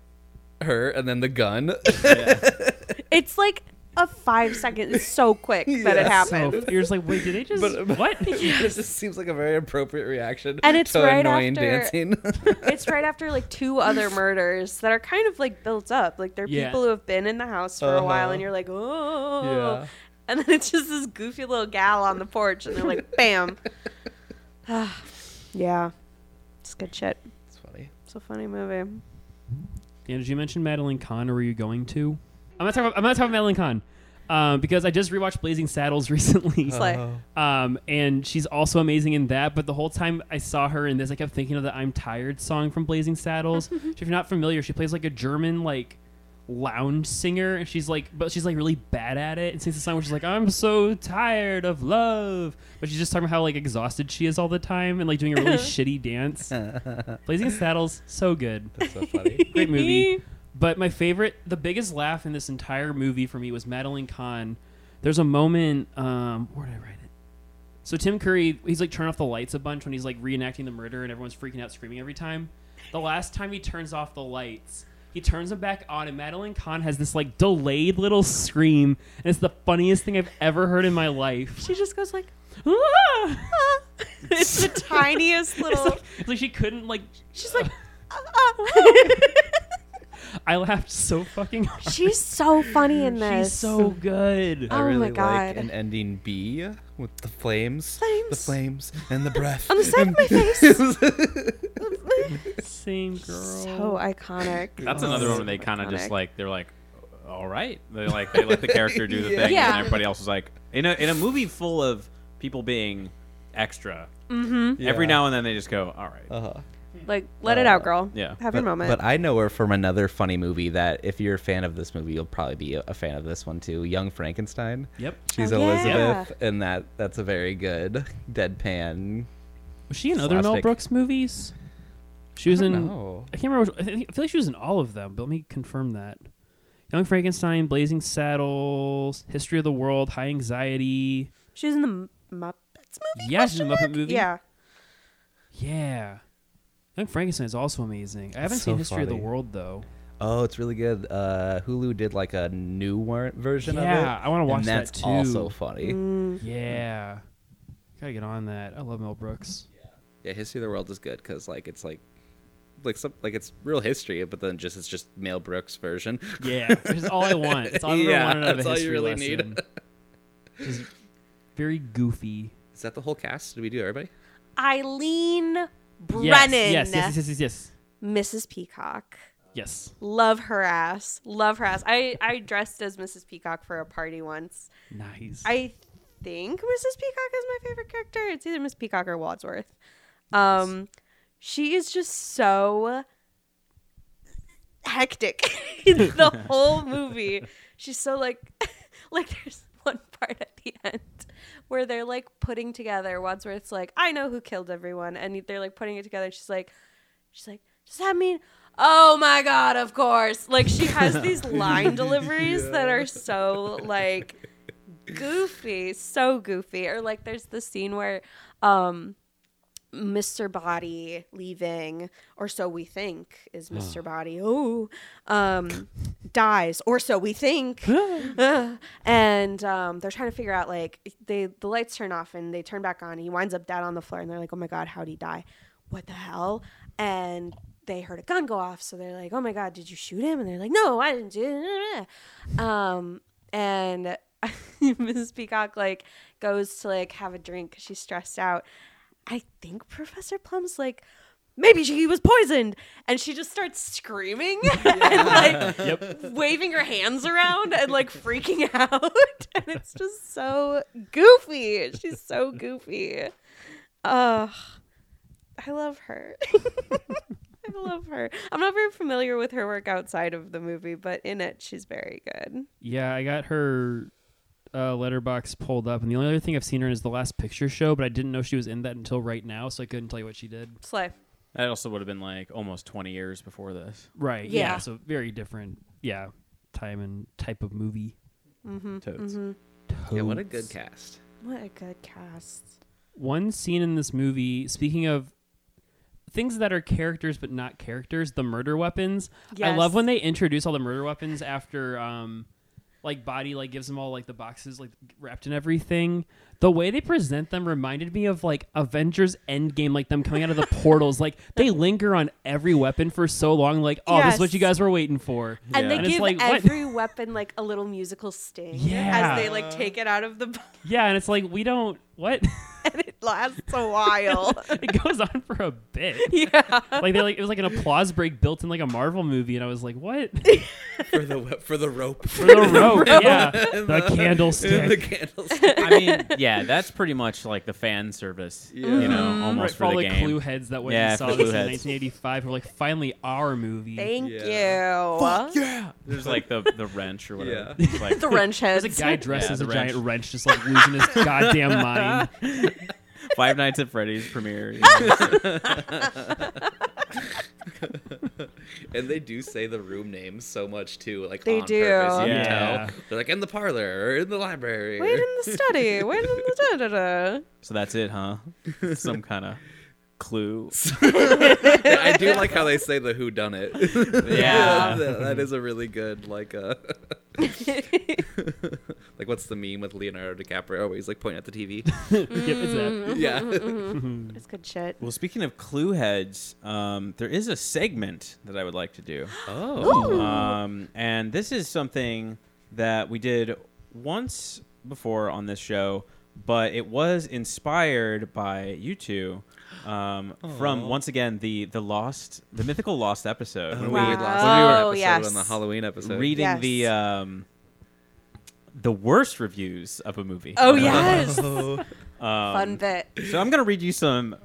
F: her and then the gun. <laughs>
E: It's like a five second. It's so
F: <laughs>
E: quick that it
F: Yeah.
D: So
E: happened.
D: you're just like, wait, did they just
F: But- but-
D: what?
F: <laughs> it just seems like a very appropriate reaction.
E: And it's
F: to
E: right
F: annoying
E: after-
F: dancing. <laughs>
E: It's right after like
D: <laughs>
E: two other murders that are kind of like built up. Like they're
D: Yeah.
E: people who have been in the house for a while,
F: Uh-huh.
E: and you're like, oh.
F: Yeah.
E: And then it's just this goofy little gal on the porch, and they're like,
D: <laughs>
E: bam. <sighs> Ah, yeah. It's good shit.
F: it's funny.
E: It's a funny movie.
D: <laughs> Dan, did you mention Madeline Kahn or were you going to? I'm not talking about, I'm not talking about Madeline Kahn. Um, because I just rewatched Blazing Saddles <laughs> recently.
E: Slay.
D: Um, and she's also amazing in that. But the whole time I saw her in this, I kept thinking of the "I'm Tired" song from Blazing Saddles. So if you're not familiar, she plays like a German like lounge singer, and she's like, but she's like really bad at it, and sings a song where she's like, "I'm so tired of love," but she's just talking about how like exhausted she is all the time, and like doing a really shitty dance. Blazing Saddles, so good,
F: That's so funny.
D: <laughs> great
E: <laughs>
D: movie. But my favorite, the biggest laugh in this entire movie for me was Madeline Kahn. There's a moment, um, where did I write it? So Tim Curry, he's like turning off the lights a bunch when he's like reenacting the murder and everyone's freaking out screaming every time. The last time he turns off the lights, he turns them back on and Madeline Kahn has this like delayed little scream and it's the funniest thing I've ever heard in my life.
E: She just
D: <laughs>
E: goes like,
D: Ah!
E: ah. it's the tiniest
D: It's
E: little. <laughs>
D: like, it's like she couldn't like
E: she's like, ah.
D: <laughs> I laughed so fucking hard.
E: <laughs> she's so funny in this.
D: She's so good.
E: Oh
F: I
E: my
F: really
E: God.
F: like an ending B with the flames, the
E: Flames.
F: flames, and the breath
E: On the side of my
F: <laughs> face.
D: Same girl.
E: so iconic.
C: That's another one where
E: Oh,
C: they kind of just like they're like, all right, they like they let the character do the thing,
E: <laughs> Yeah.
C: and everybody else is like, in a in a movie full of people being extra,
E: Mm-hmm.
C: every now and then they just go, all right,
F: Uh-huh.
E: like let it out, girl.
C: uh, yeah.
E: have
F: But,
E: your moment.
F: but I know her from another funny movie that if you're a fan of this movie, you'll probably be a, a fan of this one too. Young Frankenstein.
D: Yep.
F: She's
E: Oh, yeah.
F: Elizabeth, and that that's a very good deadpan.
D: Was she in other Mel
F: Slapstick.
D: Brooks movies? She was
F: I
D: in.
F: don't know.
D: I can't remember. Which, I, think, I feel like she was in all of them, but let me confirm that. Young Frankenstein, Blazing Saddles, History of the World, High Anxiety.
E: she's in the Muppets movie?
D: Yeah, she's in a
E: Question
D: Muppet
E: mark?
D: movie.
E: Yeah.
D: Yeah. Young Frankenstein is also amazing. I haven't
F: It's
D: seen
F: so
D: History of the
F: funny.
D: World though.
F: Oh, it's really good. Uh, Hulu did like a new war- version of it.
D: Yeah, I wanna watch
F: and
D: that
F: that's
D: too.
F: also funny.
E: Mm-hmm.
D: Yeah. Gotta get on that. I love Mel Brooks.
F: Yeah, History of the World is good because like it's like like some like it's real history, but then just it's just Mel Brooks version.
D: Yeah, which is all I want. It's all I ever
F: Yeah,
D: wanted out of a
F: that's all you
D: history
F: really need.
D: lesson. Just very goofy.
F: Is that the whole cast? Did we do everybody?
E: Eileen Brennan.
D: Yes, yes, yes, yes, yes, yes,
E: Mrs. Peacock.
D: yes.
E: Love her ass. Love her ass. I, I dressed as Mrs. Peacock for a party once.
D: Nice.
E: I think Mrs. Peacock is my favorite character. It's either Miss Peacock or Wadsworth. Um, she is just so hectic <laughs> in the whole movie. She's so like, <laughs> like there's one part at the end where they're like putting together. Wadsworth's like, I know who killed everyone, and they're like putting it together. She's like, she's like, does that mean? Oh my god, of course. Like she has these line deliveries that are so like goofy, so goofy. Or like there's the scene where um Mr. Body leaving, or so we think is Mr. Body. Oh, um, dies, or so we think. Ugh. and um, they're trying to figure out like they the lights turn off and they turn back on. And he winds up dead on the floor, and they're like, "Oh my god, how'd he die? What the hell?" And they heard a gun go off, so they're like, "Oh my god, did you shoot him?" And they're like, "No, I didn't do." It. <laughs> Um, and <laughs> Mrs. Peacock like goes to like have a drink. 'cause She's stressed out. I think Professor Plum's like, maybe she was poisoned. And she just starts screaming <laughs> and like waving her hands around and like freaking <laughs> out. And it's just so goofy. She's so goofy. Ugh. I love her. <laughs> I love her. I'm not very familiar with her work outside of the movie, but in it, she's very good.
D: yeah, I got her uh, letterbox pulled up, and the only other thing I've seen her in is the Last Picture Show, but I didn't know she was in that until right now, so I couldn't tell you what she did.
E: Slay.
C: That also would have been like almost 20 years before this.
D: Right.
E: yeah, Yeah.
D: So very different. Yeah. Time and type of movie.
C: Totes.
F: Yeah, what a good cast.
E: What a good cast.
D: One scene in this movie. Speaking of things that are characters but not characters, the murder weapons. I love
E: Yes.
D: when they introduce all the murder weapons after, um, like body like gives them all like the boxes like wrapped in everything. The way they present them reminded me of like Avengers Endgame, like them coming out
E: <laughs>
D: of the portals. Like they linger on every weapon for so long. Like, oh, this is what
E: Yes.
D: you guys were waiting for.
E: And they
D: And it's
E: give
D: like, what?
E: every weapon like a little musical sting
D: Yeah.
E: as they like take it out of the box.
D: Yeah, and it's like we don't what. <laughs>
E: and <laughs> it lasts a while.
D: it goes on for a bit.
E: <laughs> yeah.
D: Like they like it was like an applause break built in like a Marvel movie, and I was like, what?
F: For the <laughs> for the rope.
D: For the rope, yeah, the candlestick.
F: the candlestick.
C: I mean, yeah, that's pretty much like the fan service, you know, almost
D: Right,
C: for,
D: for all
C: the
D: the
C: game.
D: clue heads that went
C: Yeah, for
D: and saw
C: the
D: this
C: clue
D: in
C: heads.
D: 1985 were like finally our movie.
E: Thank you.
F: yeah.
C: There's like the, the wrench or whatever.
F: Yeah.
C: It's
D: <laughs>
C: like,
E: The wrench heads.
D: There's a guy dressed
C: Yeah,
D: as a
C: the
D: giant wrench, just like losing his goddamn mind.
C: Five Nights at Freddy's premiere. you
D: <laughs>
C: know.
F: <laughs> And they do say the room names so much too, like
E: They
F: on
E: do.
F: purpose. You
D: Yeah.
F: can tell. They're like in the parlor or in the library.
E: Wait in
C: <laughs>
E: the study. Wait in the da da da.
C: so that's it, huh? Some kind of
D: <laughs>
C: clue.
F: Yeah, I do like how they say the who done it.
C: <laughs> Yeah.
F: <laughs> that is a really good like uh like what's the meme with Leonardo DiCaprio where he's like pointing at the TV?
E: Mm-hmm,
D: Yep, it's that.
F: yeah.
E: <laughs> That's good shit.
C: Well, speaking of clue heads, um, there is a segment that I would like to do.
F: <laughs> Oh.
C: Um, and this is something that we did once before on this show, but it was inspired by you two um, from once again the the lost the mythical lost episode when
F: When
C: we
E: Wow.
F: we lost
E: Oh,
F: episode
E: yes.
F: on the Halloween episode.
C: were reading
E: Yes.
C: the um, the worst reviews of a movie. <laughs>
E: Oh yes.
F: Oh.
C: Um,
E: Fun bit.
C: So I'm gonna read you some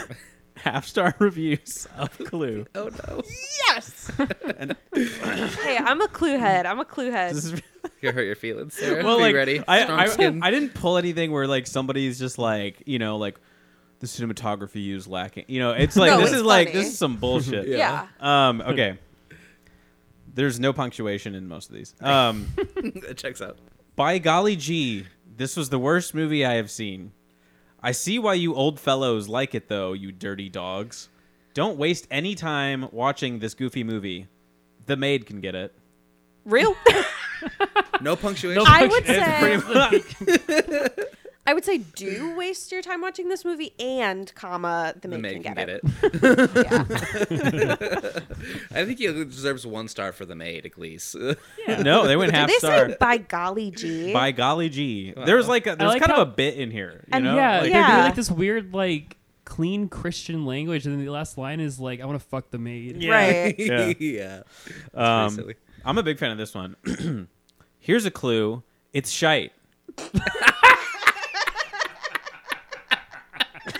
C: <laughs> half star <laughs> reviews of Clue.
F: oh no.
E: Yes. <laughs> hey, I'm a clue head. I'm a clue head.
C: This is
F: You hurt your feelings, Sarah.
C: well,
F: Be
C: like,
F: ready.
C: I,
F: Strong
C: I,
F: skin.
C: I didn't pull anything where like somebody's just like you know like the cinematography is lacking. You know, it's like
E: No,
C: this
E: it's
C: is like
E: funny.
C: this is some bullshit.
E: <laughs> yeah.
F: yeah.
C: Um. Okay. There's no punctuation in most of these. Um.
E: <laughs>
F: <laughs> it checks out.
C: by golly gee, this was the worst movie I have seen. I see why you old fellows like it though, you dirty dogs. Don't waste any time watching this goofy movie. The maid can get it. <laughs>
E: Real.
F: No punctuation.
E: I would say
C: Pretty much.
E: <laughs> I would say do waste your time watching this movie and comma the
F: The
E: maid,
F: maid
E: can, get, it. <laughs>
F: <laughs> I think he deserves one star for the maid at least. <laughs>
C: no, they went
E: Did
C: half
E: <laughs> they
C: star.
E: say by golly
C: <laughs>
E: gee?
C: By golly gee, there was like a, there was
D: like
C: kind
D: how-
C: of a bit in here, you
E: And
C: know?
D: yeah,
C: Like,
D: they're doing
E: Yeah.
D: like this weird like clean Christian language, and then the last line is like, "I want to fuck the maid." <laughs>
E: Right.
C: Yeah.
F: yeah.
C: um,
F: silly.
C: I'm a big fan of this one. <clears throat> Here's a clue: it's shite.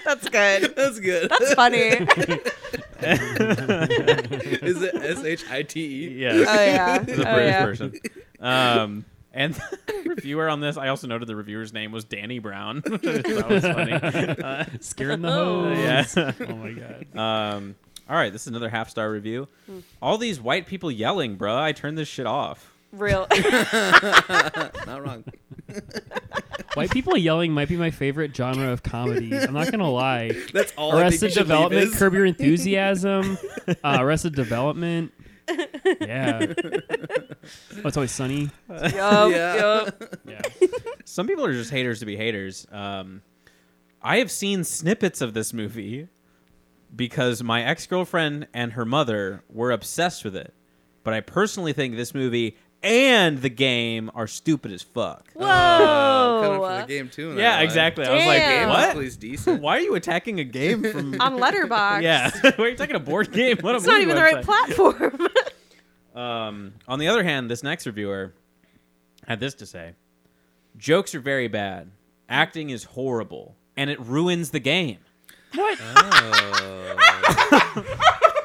E: That's good.
F: That's good.
C: <laughs>
E: That's funny.
F: <laughs> Is it S H I
C: <laughs>
F: T E?
C: Yeah,
E: Oh yeah.
C: the British
E: oh, yeah.
C: person. Um, and <laughs> the reviewer on this, I also noted the reviewer's name was Danny Brown. <laughs> which I just thought was
D: <laughs>
C: funny. <laughs>
D: Scaring the hose.
C: Yeah.
D: Oh my god.
C: Um, all right, this is another half star review.
D: Hmm.
C: All these white people yelling, bruh. I turned this shit off. <laughs>
E: Real.
F: Not wrong.
D: White people yelling might be my favorite genre of comedy. I'm not gonna lie.
F: That's all. I think you
D: Arrested
F: should leave
D: Development,
F: is.
D: Curb
F: <laughs>
D: Your Enthusiasm, uh, Arrested Development. Yeah. Oh, it's always sunny.
E: Yup,
F: Yeah.
E: yup.
D: Yeah.
C: Some people are just haters to be haters. Um, I have seen snippets of this movie because my ex girlfriend and her mother were obsessed with it. But I personally think this movie and the game are stupid as fuck.
F: Oh, coming
E: Whoa.
F: for the game too. in that
C: Yeah,
F: line.
C: exactly.
E: Damn.
C: I was like,
F: Hopefully
C: what?
F: it's decent.
C: Why are you attacking a <laughs> game from?
E: On Letterbox.
C: yeah, <laughs> why are you attacking a board game? What a
E: It's not
C: movie
E: even the right
C: website.
E: platform.
C: Um, on the other hand, this next reviewer had this to say: jokes are very bad, acting is horrible, and it ruins the game.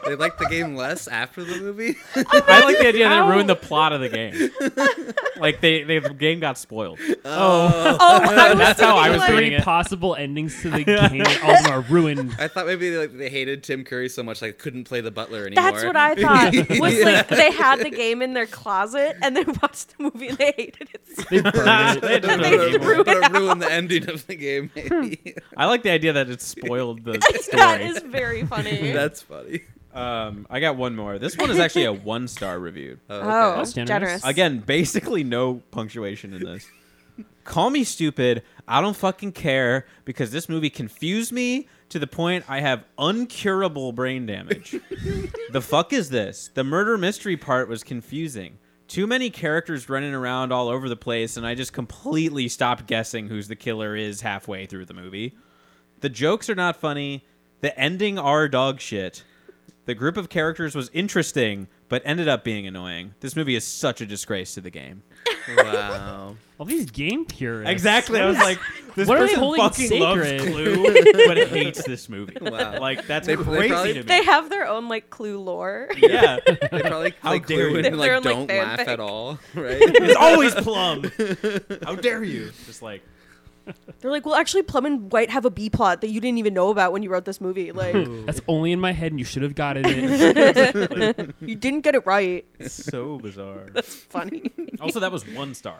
F: they like the game less after the movie. <laughs>
C: I like the idea that it ruined the plot of the game. like they, they the game got spoiled.
E: oh, I was
C: That's how I was
E: like-
C: reading
D: Three
C: it.
D: possible endings to the game. All of them are ruined.
F: I thought maybe like they hated Tim Curry so much like couldn't play the butler anymore.
E: That's what
F: <laughs>
E: I thought.
C: <laughs>
E: Was like they had the game in their closet and they watched the movie and they hated it. so- <laughs>
D: They
C: <laughs>
D: burned
C: They
F: <laughs>
D: it.
C: just
E: They
C: ruined the game.
E: ruined-
F: But ruin the ending of the game.
E: Hmm.
F: Maybe.
C: I like the idea that it spoiled the
E: That
C: story.
E: is very
C: <laughs>
E: funny.
F: That's funny.
C: Um, I got one more. This one is actually a one star review.
E: oh,
D: That's generous.
E: generous.
C: Again, basically no punctuation in this. Call me stupid. I don't fucking care because this movie confused me to the point I have uncurable brain damage. the fuck is this? The murder mystery part was confusing. Too many characters running around all over the place, and I just completely stopped guessing who's the killer is halfway through the movie. The jokes are not funny. The ending are dog shit. The group of characters was interesting, but ended up being annoying. This movie is such a disgrace to the game.
F: Wow.
D: All these game purists.
C: Exactly. I was like, this
D: What are they
C: person
D: holding
C: fucking loves
D: sacred?
C: Clue,
D: <laughs>
C: but hates this movie.
F: Wow.
C: Like that's
F: They- they
C: crazy
F: probably-
C: to me.
E: They have their own like clue lore.
C: <laughs>
E: <laughs>
C: yeah,
F: They probably
C: How
F: like
C: dare
F: glue
C: you.
F: and
E: They're
F: like
E: in, like,
F: don't
E: fanfic.
F: laugh at all, <laughs> right?
C: it's always Plum. How dare you? Just like
E: They're like, well, actually, Plum and White have a B plot that you didn't even know about when you wrote this movie. Like,
D: That's only in my head, and you should have gotten it.
E: you didn't get it right.
C: it's so bizarre. <laughs>
E: It's funny.
C: Also, that was one star.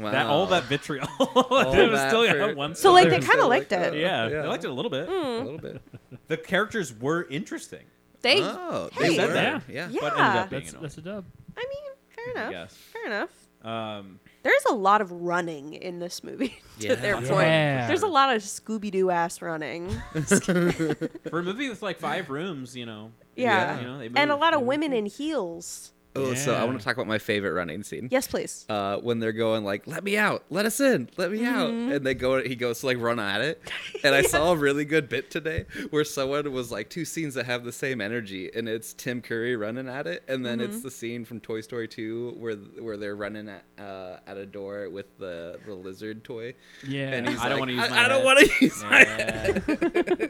F: Wow.
C: That all that vitriol. <laughs> it was
F: Oh. that
C: still
F: for-
C: yeah, one
E: So
C: star.
E: like, they
F: They're
E: kind of
F: so,
E: liked
F: like,
E: it.
F: uh,
C: yeah,
F: Yeah.
C: I liked it a little bit.
D: Hmm.
F: a little bit.
C: The characters were interesting,
E: <laughs> They,
F: Oh,
E: hey,
F: they
C: said
F: were.
C: that.
F: Yeah.
E: yeah.
C: but ended up being
D: that's,
C: annoying.
D: that's a dub.
E: I mean, fair
C: I
E: enough.
C: guess.
E: Fair enough.
C: Um,
E: There's a lot of running in this movie. <laughs> to
F: Yeah.
E: their point,
D: Yeah.
E: there's a lot of Scooby Doo ass running.
C: <laughs> for a movie with like five rooms, you know.
E: Yeah.
C: You know, they
E: and a
C: move.
E: lot of women in heels.
F: Oh, so I
D: Yeah.
F: want to talk about my favorite running scene.
E: Yes,
D: <laughs>
E: please.
F: uh, when they're going like, "Let me out, let us in, let me out," and they go, he goes to like run at it. And I saw a really good bit today where someone was like two scenes that have the same energy, and it's Tim Curry running at it, and then it's the scene from Toy Story Two where where they're running at uh, at a door with the the lizard toy.
D: Yeah.
F: And he's
C: I don't
F: like,
C: wanna use
F: I,
C: my
F: I don't
C: head."
F: want to use my head.
C: Yeah.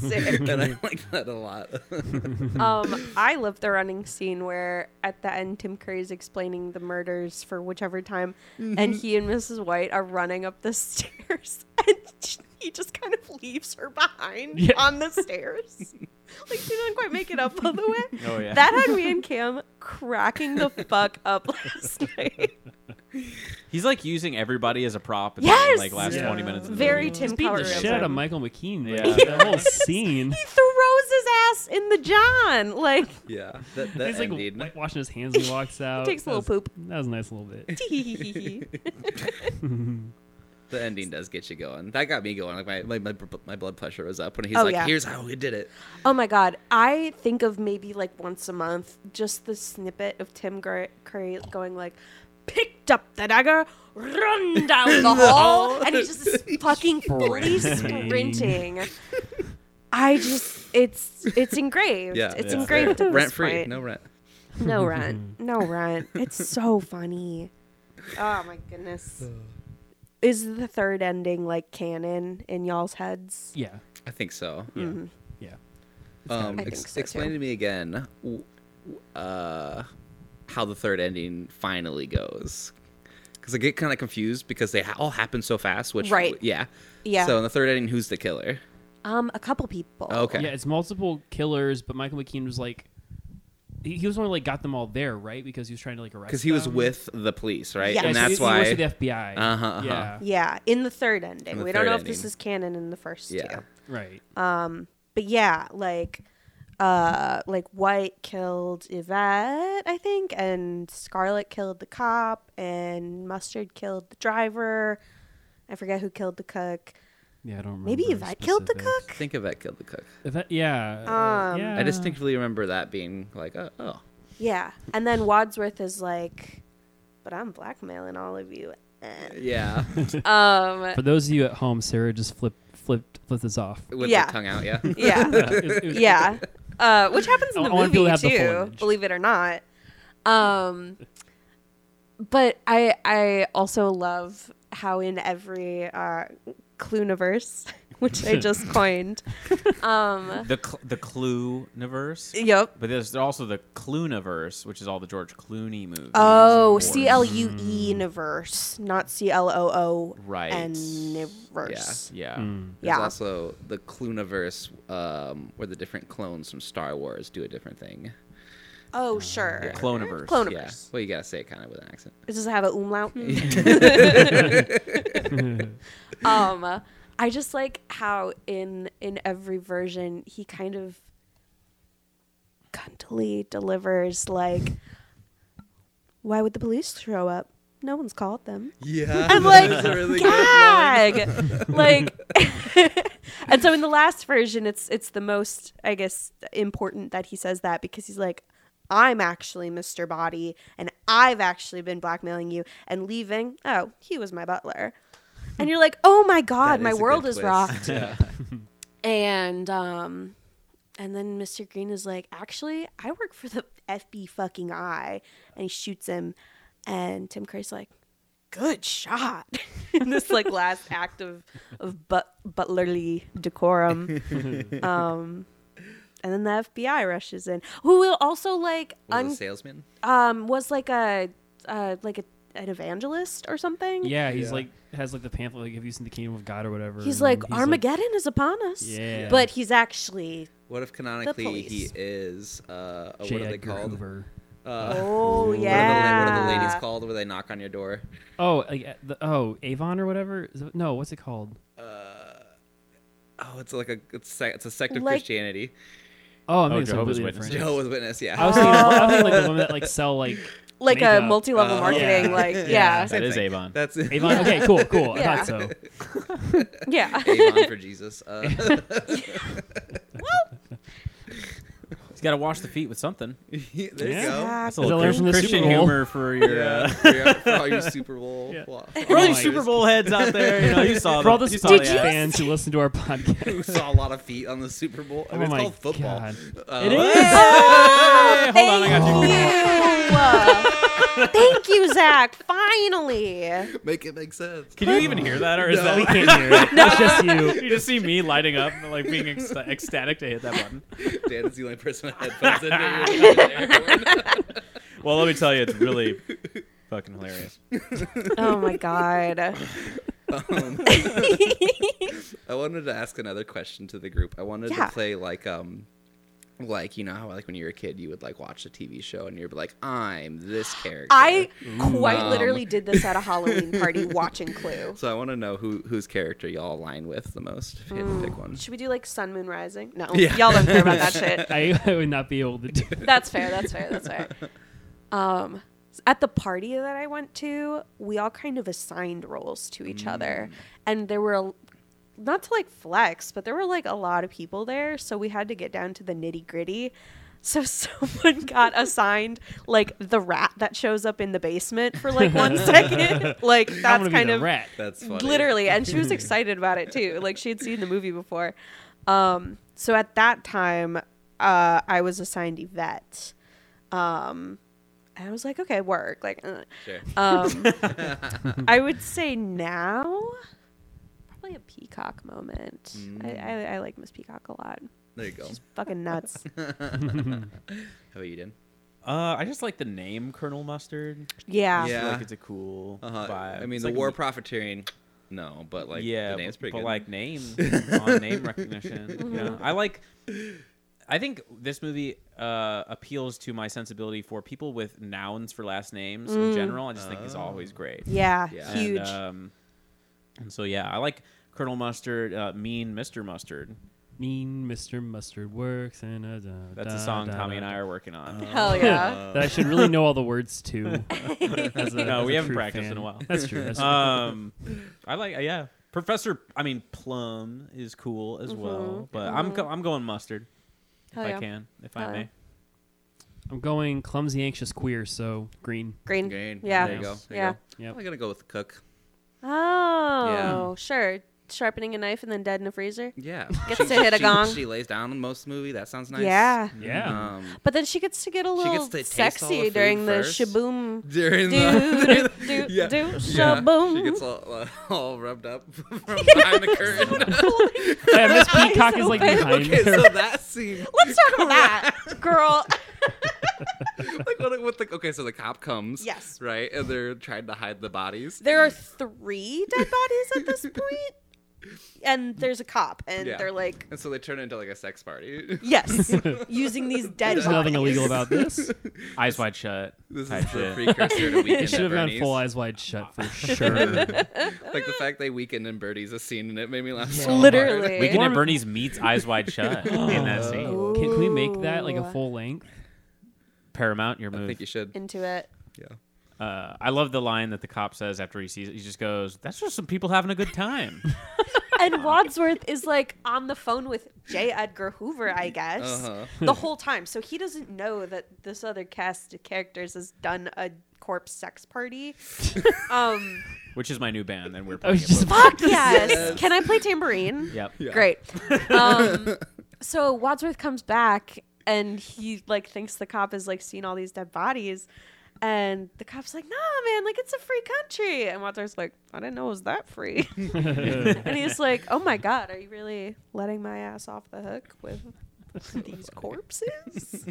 E: Sick.
F: <laughs> And I like that a lot. <laughs>
E: um, I love the running scene where at the end Tim Curry is explaining the murders for whichever time,
D: Mm-hmm.
E: and he and Mrs. White are running up the <laughs> stairs, and he just kind of leaves her behind
D: Yeah.
E: on
D: <laughs>
E: the stairs. Like she didn't quite make it up all the way.
C: Oh, yeah.
D: <laughs>
E: That had me and Cam cracking the fuck up last night.
C: He's like using everybody as a prop in
E: Yes!
C: the, like last
D: Yeah.
C: twenty minutes. Of the
E: Very
C: movie.
E: Tim
D: beating the
E: Power.
D: shit out of
E: <laughs>
D: Michael McKean. there.
C: Yeah.
D: That whole scene.
E: He throws his ass in the John. Like, <laughs>
F: Yeah, that, that
D: He's like,
F: ending.
D: like washing his hands. and He walks out.
E: takes a
D: That
E: little
D: was-
E: poop.
D: That was a nice little bit.
F: the ending does get you going. That got me going. Like my my, my, my blood pressure was up when he's
E: Oh,
F: like,
E: yeah.
F: "Here's how we did it."
E: oh my God. I think of maybe like once a month just the snippet of Tim Gra- Curry going like, picked up the dagger,
F: <laughs>
E: run down the hall, and he's just this fucking fully sprinting. I just, it's it's engraved.
F: Yeah,
E: it's
C: yeah.
E: engraved. in
F: Rent
E: this
F: free,
E: fight.
F: no rent.
E: No rent. No
F: <laughs>
E: rent. It's so funny. Oh my goodness. Is the third ending like canon in y'all's heads?
D: Yeah.
F: I think so.
D: Yeah.
F: Um,
E: Mm-hmm. I think
F: ex-
E: so,
F: explain
E: too.
F: to me again, w- w- uh, how the third ending finally goes, because I get kind of confused because they ha- all happen so fast. Which
E: Right.
F: yeah,
E: Yeah.
F: So in the third ending, who's the killer? Oh,
E: Um, a couple people.
F: Okay,
D: Yeah, it's multiple killers, but Michael McKean was like, he, he was the one who like got them all there, right? Because he was trying to like arrest.
F: because he was
D: them.
F: with the police, right?
E: Yeah.
D: Yeah,
F: and
D: so
F: that's
D: um, he, he
F: why.
D: works with the FBI.
F: Uh-huh, uh-huh.
D: Yeah.
E: Yeah, in the third ending.
F: In the
E: we don't
F: third
E: know if this
F: ending.
E: is canon in the first
F: Yeah.
E: two.
D: Right.
E: Uh, But yeah, like uh like White killed Yvette, I think, and Scarlet killed the cop and Mustard killed the driver. I forget who killed the cook.
D: yeah, I don't remember.
E: Maybe Yvette killed the
D: specifics.
E: cook?
F: Think of that killed the cook.
D: Yvette- yeah. uh,
E: Um,
D: yeah.
F: I distinctly remember that being like, oh, oh.
E: Yeah. And then Wadsworth is like, but I'm blackmailing all of you.
F: yeah,
E: Um,
D: For those of you at home, Sarah just flipped flipped flipped this
F: <laughs>
D: off.
F: <laughs> with
E: Yeah.
F: the tongue out.
E: <laughs>
F: Yeah, <laughs>
E: yeah.
D: It was- it was- <laughs>
E: Yeah. Uh, which happens in
D: I-
E: the
D: I want people to
E: movie
D: have the full
E: too,
D: image.
E: believe it or not. Um, but I I also love how in every uh, Cluniverse, <laughs> which
D: <laughs>
E: I just
C: <laughs>
E: coined. Um,
C: the cl- the Clue-niverse.
E: yep.
C: But there's also the Cluniverse, which is all the George Clooney movies.
E: Oh,
C: Of course.
E: C L U E universe, not C L O O
C: Right.
E: universe.
C: Yeah.
D: Hmm.
E: Yeah.
F: There's also the Cluniverse, um, where the different clones from Star Wars do a different thing.
E: Oh, sure.
C: Cloniverse.
E: Cloniverse.
F: Yeah. Well, you gotta say it kind of with an accent.
E: Does it have an umlaut? <laughs> um, I just like how in in every version he kind of cuntily delivers like, "Why would the police show up? No one's called them."
F: Yeah.
E: <laughs> I'm like,
F: really
E: gag. <laughs>
F: <laughs>
E: like, <laughs> and so in the last version, it's it's the most I guess important that he says that because he's like, I'm actually Mr. Body, and I've actually been blackmailing you and leaving. Oh, he was my butler, and you're like, oh my god,
F: That
E: my
F: is a
E: world
F: good
E: is
F: twist. <laughs>
E: rocked. And um, and then Mr. Green is like, actually, I work for the FB fucking eye, and he shoots him, and Tim Curry's like good shot <laughs> in this like last act of of but butlerly decorum um and then the fbi rushes in who will also like
F: Was it
E: un-
F: a salesman?
E: um was like a uh like a, an evangelist or something
D: Yeah, he's like has like the pamphlet like have you seen the Kingdom of God or whatever.
E: he's
D: and
E: like
D: Mm, he's
E: armageddon is upon us
D: Yeah.
E: but he's actually
F: What if canonically he
E: police.
F: is uh, a-
D: J.
F: what are they
D: Edgar
F: called?
D: Hoover.
E: oh
F: What, are
E: yeah
F: the, la- what are the ladies called where they knock on your door?
D: Oh, like uh, the, oh Avon or whatever. Is it- no, what's it called?
F: Oh, it's like a it's, sec- it's a sect of
E: Like-
F: Christianity.
D: Oh, I'm thinking it's
C: Jehovah's
D: completely
C: Witnesses.
D: different.
F: Jehovah's Witness. Yeah.
D: I
F: <laughs>
D: was thinking, I'm thinking like the women that like sell like
E: like a
D: Makeup.
E: multi-level
F: Oh.
E: marketing
D: Yeah.
E: like
D: Yeah.
E: yeah
C: That is Avon.
F: That's it.
D: Avon. Okay, cool, cool. I
E: Yeah.
D: thought so.
E: yeah,
F: <laughs> Avon for Jesus. Uh, <laughs>
C: He's got to wash the feet with something.
F: there you
D: Yeah.
F: go.
C: That's a
D: Is
C: little
D: that learned
C: Chris-
D: from the
C: Christian
D: Super Bowl?
C: humor for your.
F: Yeah, <laughs>
C: Uh,
F: for your- for all you Super Bowl.
D: Yeah.
F: <laughs> wa-
C: for all you
D: Liars.
C: Super Bowl heads out there, you know, you saw
D: For all
C: the-
D: the
C: you saw
D: Spike
C: the ad.
D: fans who listen to our podcast, <laughs>
F: <laughs> who saw a lot of feet on the Super Bowl. I
D: Oh
F: mean, it's
D: my
F: called football.
D: God.
F: Uh,
D: it is.
C: Hey, <laughs> hold on, I got you.
E: Ew. thank you zach finally
F: <laughs> Make it make sense.
C: Can you even hear that, or is
F: No.
C: that
D: we can't hear it. It's just
C: <laughs>
D: you.
C: you just see me lighting up, like being ecsta- ecstatic to hit that button?
F: Dan is the only person with headphones in here. <laughs>
C: Well, let me tell you, it's really <laughs> fucking hilarious.
E: Oh my
F: <laughs>
E: god.
F: I wanted to ask another question to the group. I wanted
E: Yeah.
F: to play like um like you know how like when you were a kid you would like watch a TV show and you'd be like I'm this character.
E: I quite literally did this at a Halloween party watching Clue.
F: so I want to know who whose character y'all align with the most. If you had to pick one.
E: Should we do like Sun Moon Rising? No,
F: Yeah.
E: y'all don't care
F: <laughs>
E: about that shit.
D: I, I would not be able to do it.
E: That's fair. That's fair. That's fair. Um, at the party that I went to, we all kind of assigned roles to each
D: Mm.
E: other, and there were a- not to like flex, but there were like a lot of people there, so we had to get down to the nitty gritty. So <laughs> someone got assigned like the rat that shows up in the basement for
D: <laughs>
E: like one second. like
D: I'm
E: that's
D: gonna
E: kind
D: be the
E: of
D: rat.
F: That's funny.
E: literally and she was excited about it too like she had seen the movie before um so at that time uh i was assigned yvette um and i was like okay work like uh.
F: Sure.
E: um <laughs> i would say now probably a peacock moment I, I i like miss peacock a lot
F: There you go. How
E: <laughs> fucking nuts
F: about you, Dan?
C: Uh, I just like the name Colonel Mustard.
E: yeah,
C: I
F: Yeah.
C: feel like it's a cool
F: Uh-huh.
C: vibe.
F: I mean,
C: It's
F: the
C: like a
F: war
C: neat-
F: profiteering. No, but like
C: yeah,
F: the name's
C: b-
F: pretty
C: but
F: good. Mm-hmm.
C: like
F: <laughs>
C: name on name recognition. You know, I like. I think this movie uh, appeals to my sensibility for people with nouns for last names in general. I just think is always great.
E: yeah,
F: Oh. Yeah.
C: And,
E: huge
C: um, and so yeah, I like Colonel Mustard, uh, Mean Mister Mustard.
D: Mean Mr. Mustard works and a da,
C: That's
D: da,
C: a song
D: da,
C: Tommy
D: da,
C: and I
D: da.
C: are working
F: Oh.
C: on.
E: hell yeah
D: <laughs> that I should really know all the words to. As a-
C: No,
D: as
C: we
D: a
C: haven't
D: true
C: practiced
D: fan.
C: in a while.
D: That's true. That's
C: um, I like yeah. Professor, I mean Plum is cool as well, but I'm go- I'm going mustard
E: Mm-hmm. Hell
C: if
E: yeah.
C: I can, if
E: Hell
C: I
E: yeah.
C: may.
D: true. I'm going clumsy, anxious, queer. So green.
E: green.
F: Green.
E: yeah
F: There you go. There
E: Yeah.
F: You go.
D: Yep.
F: I'm gonna go with the cook.
E: oh sure sharpening a knife and then dead in a freezer
F: Yeah.
E: <laughs> Gets to hit a
F: she,
E: gong.
F: She lays down in most of the movie. That sounds nice.
E: Yeah.
D: Yeah.
F: Um,
E: But then she gets to get a
F: She
E: little
F: gets to taste all the
E: sexy
F: food
E: during the
F: first.
E: shaboom.
F: <laughs> during
E: Do, do,
F: the
E: do,
F: yeah.
E: do,
F: yeah.
E: shaboom.
F: She gets all, uh, <laughs> all rubbed up
E: <laughs>
F: <laughs> from behind the curtain.
D: Yeah, Miss Peacock is like
E: open.
F: <laughs>
D: behind
F: okay,
D: her.
F: so that scene,
E: Let's talk about that, girl.
F: like what, what the, okay, so the cop comes,
E: Yes.
F: right, and they're trying to hide the bodies.
E: There are three dead bodies at this point, and there's a cop, and
F: Yeah.
E: they're like,
F: And so they turn into like a sex party.
E: "Yes, using these dead."
D: There's nothing
E: bodies.
D: illegal
F: <laughs>
D: about this.
C: Eyes wide shut.
F: This
C: type
F: is the
C: shit.
E: <laughs>
F: precursor to Weekend
D: It should
F: at
D: have gone
F: Bernie's.
D: full eyes wide shut for sure.
F: Like the fact they Weekend and Birdie's a scene, and it made me laugh so hard.
E: Ah. Literally.
C: Weekend at Bernie's meets Eyes Wide
E: <laughs>
C: Shut in that scene.
D: Can, can we make that like a full length?
C: Paramount, your
F: I
C: move.
F: think you should.
E: into it.
F: Yeah.
C: Uh, I love the line that the cop says after he sees it. He just goes, "That's just some people having a good time." <laughs>
E: And Wadsworth is like on the phone with J. Edgar Hoover, I guess,
F: Uh-huh.
E: the whole time. So he doesn't know that this other cast of characters has done a corpse sex
F: <laughs>
E: party. um,
C: Which is my new band, and we're
D: I
C: playing.
D: was
C: it
D: just
C: both.
E: fuck yes. Can I play tambourine?
C: Yep.
F: Yeah.
E: Great. Um, so Wadsworth comes back and he like thinks the cop has like seen all these dead bodies. And the cop's like, nah, man, like it's a free country. And Wadsworth's like, I didn't know it was that free. <laughs> and he's like, oh my God, are you really letting my ass off the hook with these corpses?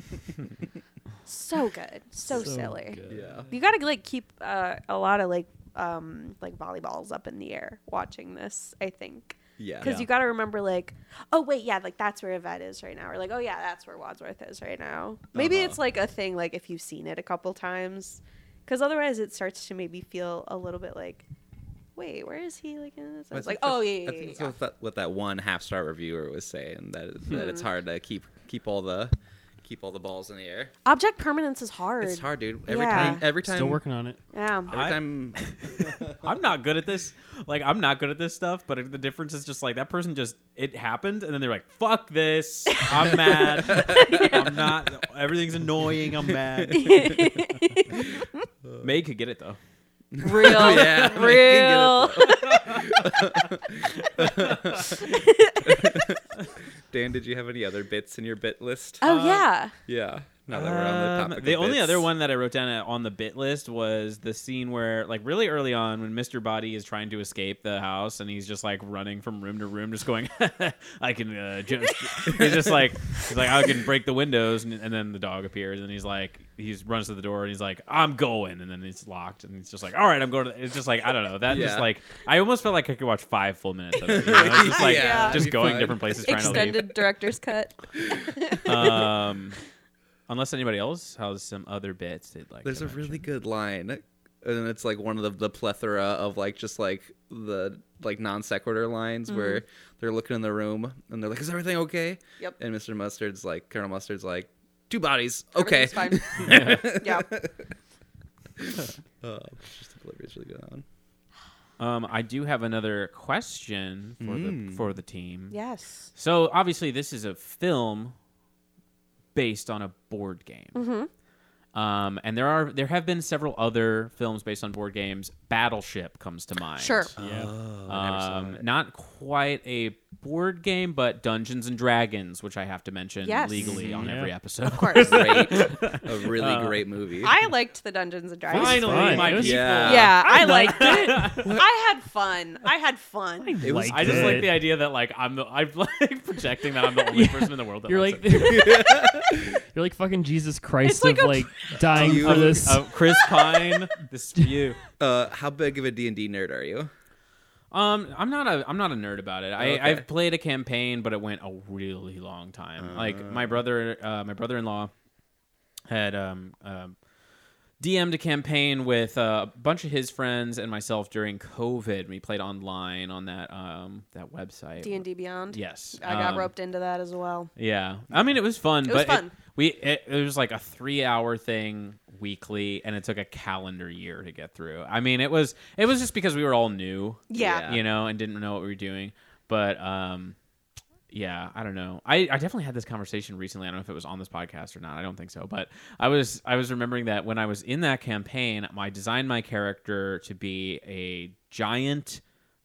E: so good. So, silly.
F: Yeah.
E: You gotta like keep uh, a lot of like um like volleyballs up in the air watching this. I think
F: Yeah.
E: because you gotta remember like oh wait yeah like that's where Yvette is right now or like oh yeah that's where Wadsworth is right now. Maybe
F: Uh-huh.
E: it's like a thing like if you've seen it a couple times, because otherwise it starts to maybe feel a little bit like wait where is he like in this?
F: I
E: It's
F: think
E: like oh
F: that's-
E: yeah yeah,
F: I
E: yeah,
F: think that's
E: yeah.
F: what that, what that one half star reviewer was saying that that
E: Hmm.
F: it's hard to keep keep all the keep all the balls in the air.
E: object permanence is hard.
F: It's hard, dude. Every
E: Yeah.
F: time, every time,
D: Still working on it.
E: Yeah. <laughs>
F: <laughs> every
C: I-
F: time.
C: I'm not good at this. Like I'm not good at this stuff, but the difference is just like that person just it happened and then they're like, "Fuck this. I'm mad. I'm not everything's annoying. I'm mad."
E: <laughs>
C: May could get it though.
E: Real.
F: <laughs> Oh, yeah, I
E: Real.
F: can get it, though. Dan, did you have any other bits in your bit list?
E: Oh yeah.
F: yeah. Now that we're on the
C: Um,
F: topic,
C: the
F: of
C: only
F: bits.
C: other one that I wrote down on the bit list was the scene where, like, really early on, when Mr. Body is trying to escape the house and he's just like running from room to room, just going, <laughs> "I can." Uh, just, <laughs> he's just like, he's like, "I can break the windows," and, and then the dog appears and he's like, he runs to the door and he's like, "I'm going," and then it's locked and he's just like, "All right, I'm going." To, it's just like I don't know. That just
F: Yeah.
C: like I almost felt like I could watch five full minutes of it.
F: <laughs>
C: You know? It's just like
F: Yeah.
C: just
F: Be
C: going
F: fun.
C: different places trying to leave
E: Extended director's cut.
C: um, <laughs> unless anybody else has some other bits they'd like.
F: There's
C: to
F: a
C: mention.
F: really good line, and it's like one of the, the plethora of like just like the like non sequitur lines
E: Mm-hmm.
F: where they're looking in the room and they're like, "Is everything okay?"
E: Yep.
F: And Mr. Mustard's like, Colonel Mustard's like, two bodies, okay."
E: Everything's
F: <laughs>
E: Fine. yeah.
F: Uh, it's just oblivious, really good on.
C: Um, I do have another question for
D: Hmm.
C: the for the team.
E: Yes.
C: So obviously, this is a film based on a board game.
E: Mm-hmm.
C: Um, and there are there have been several other films based on board games. Battleship comes to mind.
E: Sure.
D: Oh,
C: Um, not quite a board game, but Dungeons and Dragons, which I have to mention
E: Yes.
C: legally on
D: Mm-hmm. Yeah.
C: every episode. <laughs>
E: Of course.
F: Great, a really great movie.
E: I liked the Dungeons and Dragons.
C: Finally,
D: fine.
C: my
D: It was
C: people.
F: yeah,
E: Yeah, I liked it. I had fun. I had fun.
F: It was-
C: I just like the idea that like I'm the <laughs> I'm like projecting that I'm the
D: <laughs>
C: only person in the world that
D: You're
C: likes
D: like,
C: it.
D: <laughs> you're like fucking Jesus Christ
E: like
D: of
E: a-
D: like dying
F: You-
D: for this. <laughs>
C: Uh, Chris Pine, this is for you.
F: Uh, how big of a D and D nerd are you?
C: Um, I'm not a I'm not a nerd about it. I
F: Okay.
C: I've played a campaign, but it went a really long time. like my brother, uh, my brother-in-law had um, um DM'd a campaign with uh, a bunch of his friends and myself during COVID. We played online on that um that website.
E: D and D Beyond.
C: Yes,
E: I got
C: um,
E: roped into that as well.
C: Yeah, I mean it was fun.
E: It was
C: but
E: fun.
C: we it, it was like a three-hour thing weekly, and it took a calendar year to get through. I mean it was it was just because we were all new,
E: Yeah.
C: you know, and didn't know what we were doing. But um, yeah, I don't know. I, I definitely had this conversation recently. I don't know if it was on this podcast or not. I don't think so. But I was I was remembering that when I was in that campaign, I designed my character to be a giant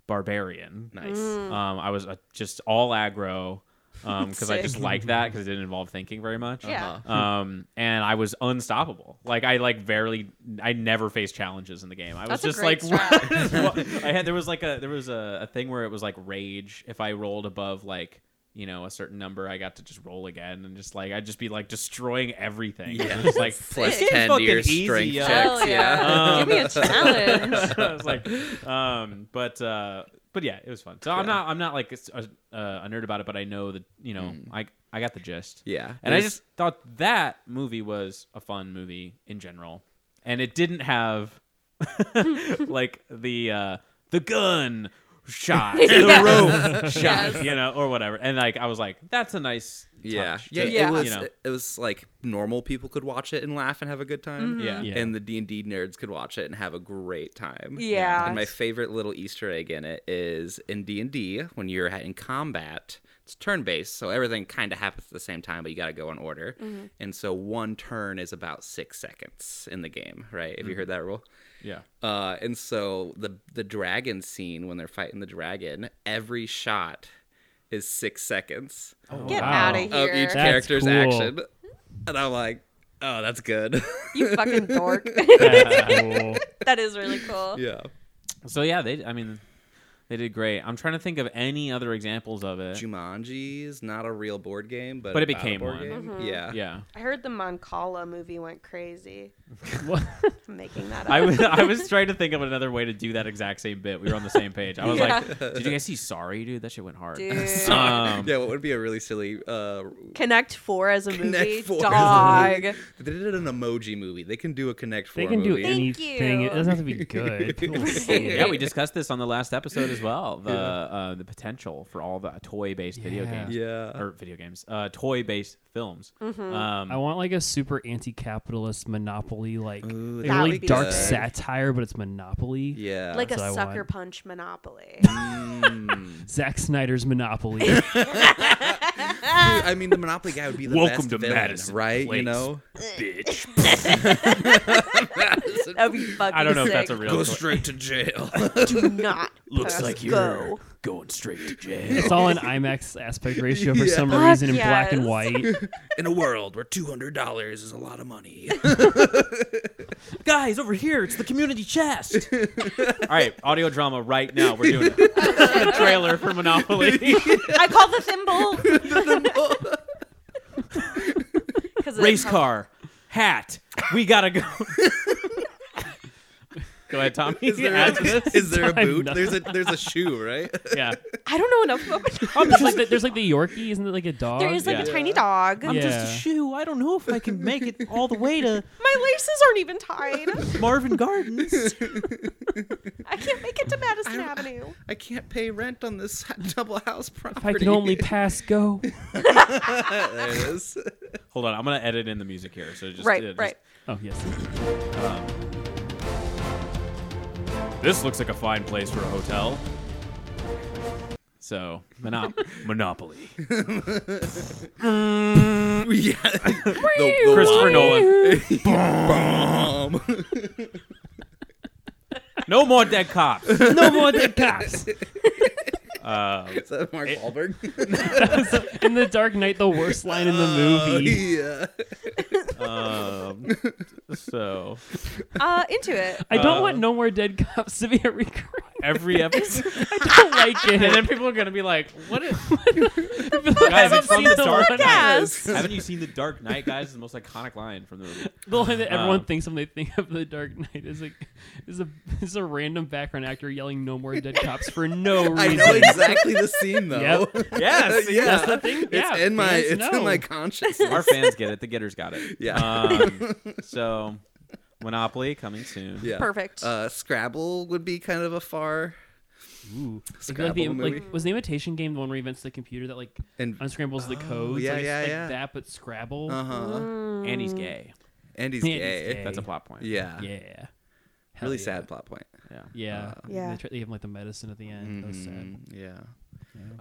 C: barbarian.
F: Nice.
E: Mm.
C: Um, I was uh, just all aggro because I just
E: <laughs> Sick.
C: liked that because it didn't involve thinking very much.
E: Yeah.
C: Um, and I was unstoppable. Like I like barely, I never faced challenges in the game. I was
E: That's a
C: just
E: great
C: like, <laughs> what is what- I had there was like a there was a, a thing where it was like rage. If I rolled above like you know a certain number, I got to just roll again and just like I'd just be like destroying everything.
F: <laughs>
C: It was just
E: <laughs>
C: like
F: Plus
C: this game's
F: ten to your
C: fucking easy,
F: strength
E: uh,
C: yo.
F: checks.
E: Hell
F: yeah.
C: Um,
E: Give me a
C: <laughs>
E: challenge.
C: I was
F: <laughs>
C: like, um, but uh, but yeah, it was fun. So I'm not I'm not like a, a, a nerd about it, but I know that you know I I got the gist.
F: Mm. Yeah.
C: and I
F: There's-
C: just thought that movie was a fun movie in general, and it didn't have <laughs> like the uh, the gun
F: <laughs>
C: shot, the rope shot,
E: Yes.
C: you know, or whatever. And like I was like, that's a nice
F: Yeah.
C: touch.
F: yeah,
C: Just,
E: Yeah.
F: It was
C: You know.
F: it was like normal people could watch it and laugh and have a good time.
C: Yeah.
D: Yeah.
F: and the D and D nerds could watch it and have a great time.
E: Yeah.
F: And my favorite little Easter egg in it is in D and D when you're in combat, it's turn based, so everything kind of happens at the same time, but you got to go in order. And so one turn is about six seconds in the game, right? Have you heard that rule?
C: yeah.
F: Uh, and so the the dragon scene when they're fighting the dragon, every shot is six seconds
E: Get
D: Wow.
E: out of
F: of
E: here.
F: each
D: That's
F: character's
D: cool.
F: action, and I'm like, oh, that's good. <laughs>
E: you fucking <laughs> dork.
D: That's cool.
E: that is really cool.
F: yeah.
C: So yeah, they I mean. They did great. I'm trying to think of any other examples of it.
F: Jumanji is not a real board game, but,
C: But it
F: about a
C: became
F: board
C: one.
F: game.
E: Mm-hmm.
F: Yeah. <laughs>
C: Yeah.
E: I heard the Moncala movie went crazy.
D: What?
E: I'm making that
C: I
E: up. <laughs>
C: was I was trying to think of another way to do that exact same bit. We were on the same page. I was
E: Yeah.
C: like, "Did you guys see Sorry, dude? That shit went hard." <laughs>
E: Dude. <laughs>
C: Um,
F: Yeah, what would be a really silly uh
E: Connect Four as a
F: Connect
E: movie.
F: Four?
E: Dog.
F: They did an emoji movie. They can do a Connect Four
D: They can do
F: movie.
E: any-
D: anything.
E: you.
D: It doesn't have to be good. People will see it.
C: yeah,
E: <laughs>
C: we discussed this on the last episode as well. The uh, the potential for all the toy based video
D: Yeah.
C: games
F: Yeah.
C: or video games, uh, toy based films.
E: Mm-hmm.
C: Um,
D: I want like a super anti-capitalist monopoly, like a
E: that
D: really
E: would be
D: dark
E: sick.
D: satire, but it's monopoly.
F: Yeah. Hmm.
E: Like a
D: That's what I
E: sucker
D: want.
E: punch monopoly. <laughs>
D: Zack Snyder's Monopoly.
F: Dude, I mean, the Monopoly guy would be the
C: Welcome
F: best
C: to
F: villain,
C: Madison
F: right? You
C: Place.
F: know,
E: That'd be fucking
C: I don't know if
E: sick.
C: that's a real. toy- <laughs>
F: straight to jail.
E: Do not
H: Looks
E: Let's
H: like you're
E: go.
H: going straight to jail.
D: It's all in IMAX aspect ratio for some
E: Fuck
D: reason in black and
E: yes.
D: white.
E: <laughs>
H: In a world where two hundred dollars is a lot of
F: <laughs>
H: money. <laughs>
D: Guys, over here, it's the community chest.
C: <laughs> All right, audio drama right now. We're doing it. the trailer for
H: <laughs>
C: Monopoly.
E: <laughs> I call the thimble <laughs> because
C: Race car, hat. We gotta go. <laughs> go ahead, Tommy.
F: Is there,
C: Add to
F: a,
C: this. <laughs>
F: is there a
D: Time
F: boot?
D: now.
F: There's a there's a shoe, right?
C: Yeah.
E: I don't know enough about.
D: Oh, there's like the, there's like the Yorkie, isn't it like a dog?
E: There is like
C: yeah.
E: a tiny dog.
D: yeah.
H: Shoe, I don't know if I can make it all the way to
E: My laces aren't even tied.
H: Marvin Gardens.
E: I can't make it to Madison Avenue.
F: I can't pay rent on this <laughs> double house property.
D: If I can
E: <laughs>
D: only pass go.
F: there it is.
C: Hold on, I'm gonna edit in the music here. So just
E: right,
C: uh, just- <laughs>
E: right.
D: Oh yes.
C: This looks like a fine place for a hotel. So
F: <laughs>
C: monop- Monopoly.
F: <laughs> yeah. the,
C: Christopher Nolan.
E: <laughs>
F: Nolan. <laughs>
C: No more dead cops.
D: No more dead cops.
F: Is that Mark Wahlberg? <laughs> Oh,
D: in the Dark Knight, the worst line in the movie.
F: yeah.
C: Um, so
E: Uh, into it.
D: I don't
C: Uh,
D: want no more dead cops to be a recurring.
F: <laughs>
C: every episode,
D: <laughs> I don't like it.
C: and then people are gonna be like, "What?
D: <laughs>
C: Is- <laughs>
D: I
C: guys,
D: haven't
C: it's from
D: seen
C: the
D: the
C: Dark
D: one.
C: Knight.
E: Yes.
C: Haven't you seen the Dark Knight, guys? It's the most iconic line from the movie.
D: The line that everyone
C: Um,
D: thinks when they think of the Dark Knight is like is a is a random background actor yelling "No more dead cops" for no reason.
F: <laughs> I know exactly the scene though. <laughs>
C: <laughs>
D: Yep.
C: Yes,
F: Uh, yeah.
D: That's the thing. yeah,
F: It's in my
D: fans
F: it's in
D: know.
F: my conscience.
C: Our fans get it. The getters got it.
F: Yeah.
C: Um, so, Monopoly coming soon.
F: <laughs> Yeah.
E: Perfect.
F: Uh, Scrabble would be kind of a far.
D: Ooh. Like,
F: Scrabble
D: the,
F: movie.
D: like was the imitation game the one where you invents the computer that like
F: And
D: unscrambles the codes?
F: Oh, yeah,
D: like, it's
F: yeah,
D: like
F: yeah.
D: That, but Scrabble.
F: uh huh.
C: And he's gay.
F: And he's
D: Andy's
F: gay.
D: gay.
C: That's a plot point. <laughs>
F: Yeah.
D: Yeah. Hell
F: Really
D: yeah.
F: sad Uh, plot point.
C: Yeah.
D: Yeah.
E: Yeah.
D: They, try, they give him like the medicine at the end. That was sad.
F: Mm, Yeah.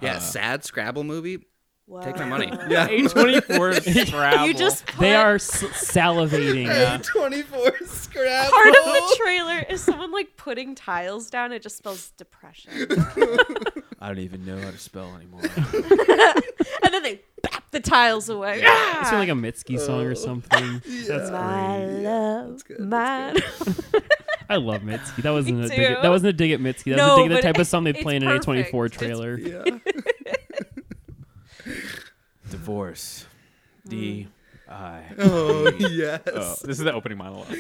F: Yeah.
D: Uh.
F: sad Scrabble movie.
E: Whoa.
F: Take
D: <laughs>
F: my money. Yeah.
C: A twenty
E: <laughs>
C: four
F: <laughs>
C: Scrabble.
E: You just
D: They
E: put-
D: are s- salivating.
F: Twenty four Scrabble.
E: part of the trailer is someone like putting tiles down. It just spells depression,
C: I don't even know how to spell
F: <laughs>
C: anymore.
E: and then they bap the tiles away. Ah.
D: It's from, like a Mitski song
F: Oh.
D: or
F: <laughs>
D: something. That's
E: my
D: great.
E: love, my
D: I love Mitski. That wasn't
E: Me
D: a dig at,
E: too.
D: that wasn't a dig at Mitski. That
E: No,
D: was a dig at the
E: but
D: type of song they
E: it's
D: play in an A24
E: perfect.
D: trailer.
F: Yeah.
C: Divorce. D. I.
F: Oh
C: E.
F: yes.
C: Oh, this is the opening monologue. <laughs>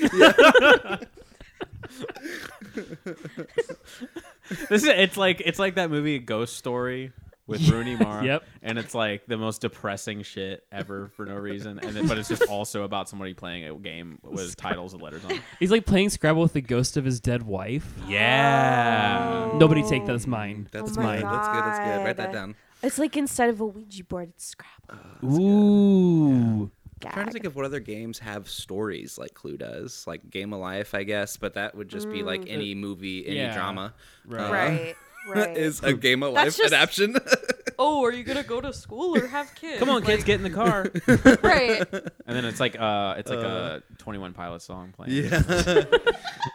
C: this is it's like it's like that movie Ghost Story with Rooney Mara.
D: yep.
C: And it's like the most depressing shit ever for no reason. And then, but it's just also about somebody playing a game with titles and letters on. it.
D: He's like playing Scrabble with the ghost of his dead wife.
C: Yeah.
D: Nobody take that as mine.
F: That's
E: Oh my
F: mine. That's good. That's good. Write that
E: God.
F: down.
E: It's like instead of a Ouija board, it's Scrabble.
D: Ooh.
E: Gag.
F: trying to think of what other games have stories like Clue does, like Game of Life, I guess, but that would just be like any movie, any
D: Yeah.
F: drama. Uh,
D: Right.
E: <laughs> Mm.
F: <laughs>
E: right, right.
F: Is a Game of Life
E: That's just-
F: adaptation?
E: <laughs> oh, are you gonna go to school or have kids?
C: Come on, kids, get in the car.
E: Like, right.
C: And then it's like uh, it's like a Twenty One Pilots song playing.
F: yeah.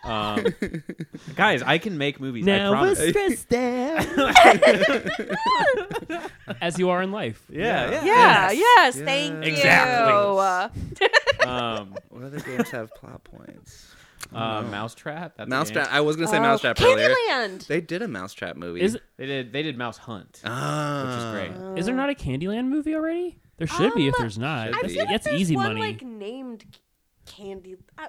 C: Um, guys, I can make movies. I
D: Now we're
C: promise.
D: stressed out. <laughs> As you are in life.
C: yeah, yeah.
E: Yeah. Yes. Thank you.
C: Exactly.
E: Uh,
C: Um,
F: what other games have plot points?
C: uh, Mousetrap. That's a
F: Mousetrap.
C: game.
F: I was gonna say
E: oh,
F: Mousetrap earlier.
E: Candyland.
F: They did a Mousetrap movie.
D: Is
C: They did. They did Mouse Hunt, which is
F: Ah.
C: great.
D: is there not a Candyland movie already? There should be if
E: Uh, Um,
D: there's not.
F: I
D: That's,
F: feel like
D: that's
E: There's
D: easy
E: one,
D: money.
E: Like named Candy. Uh, uh, I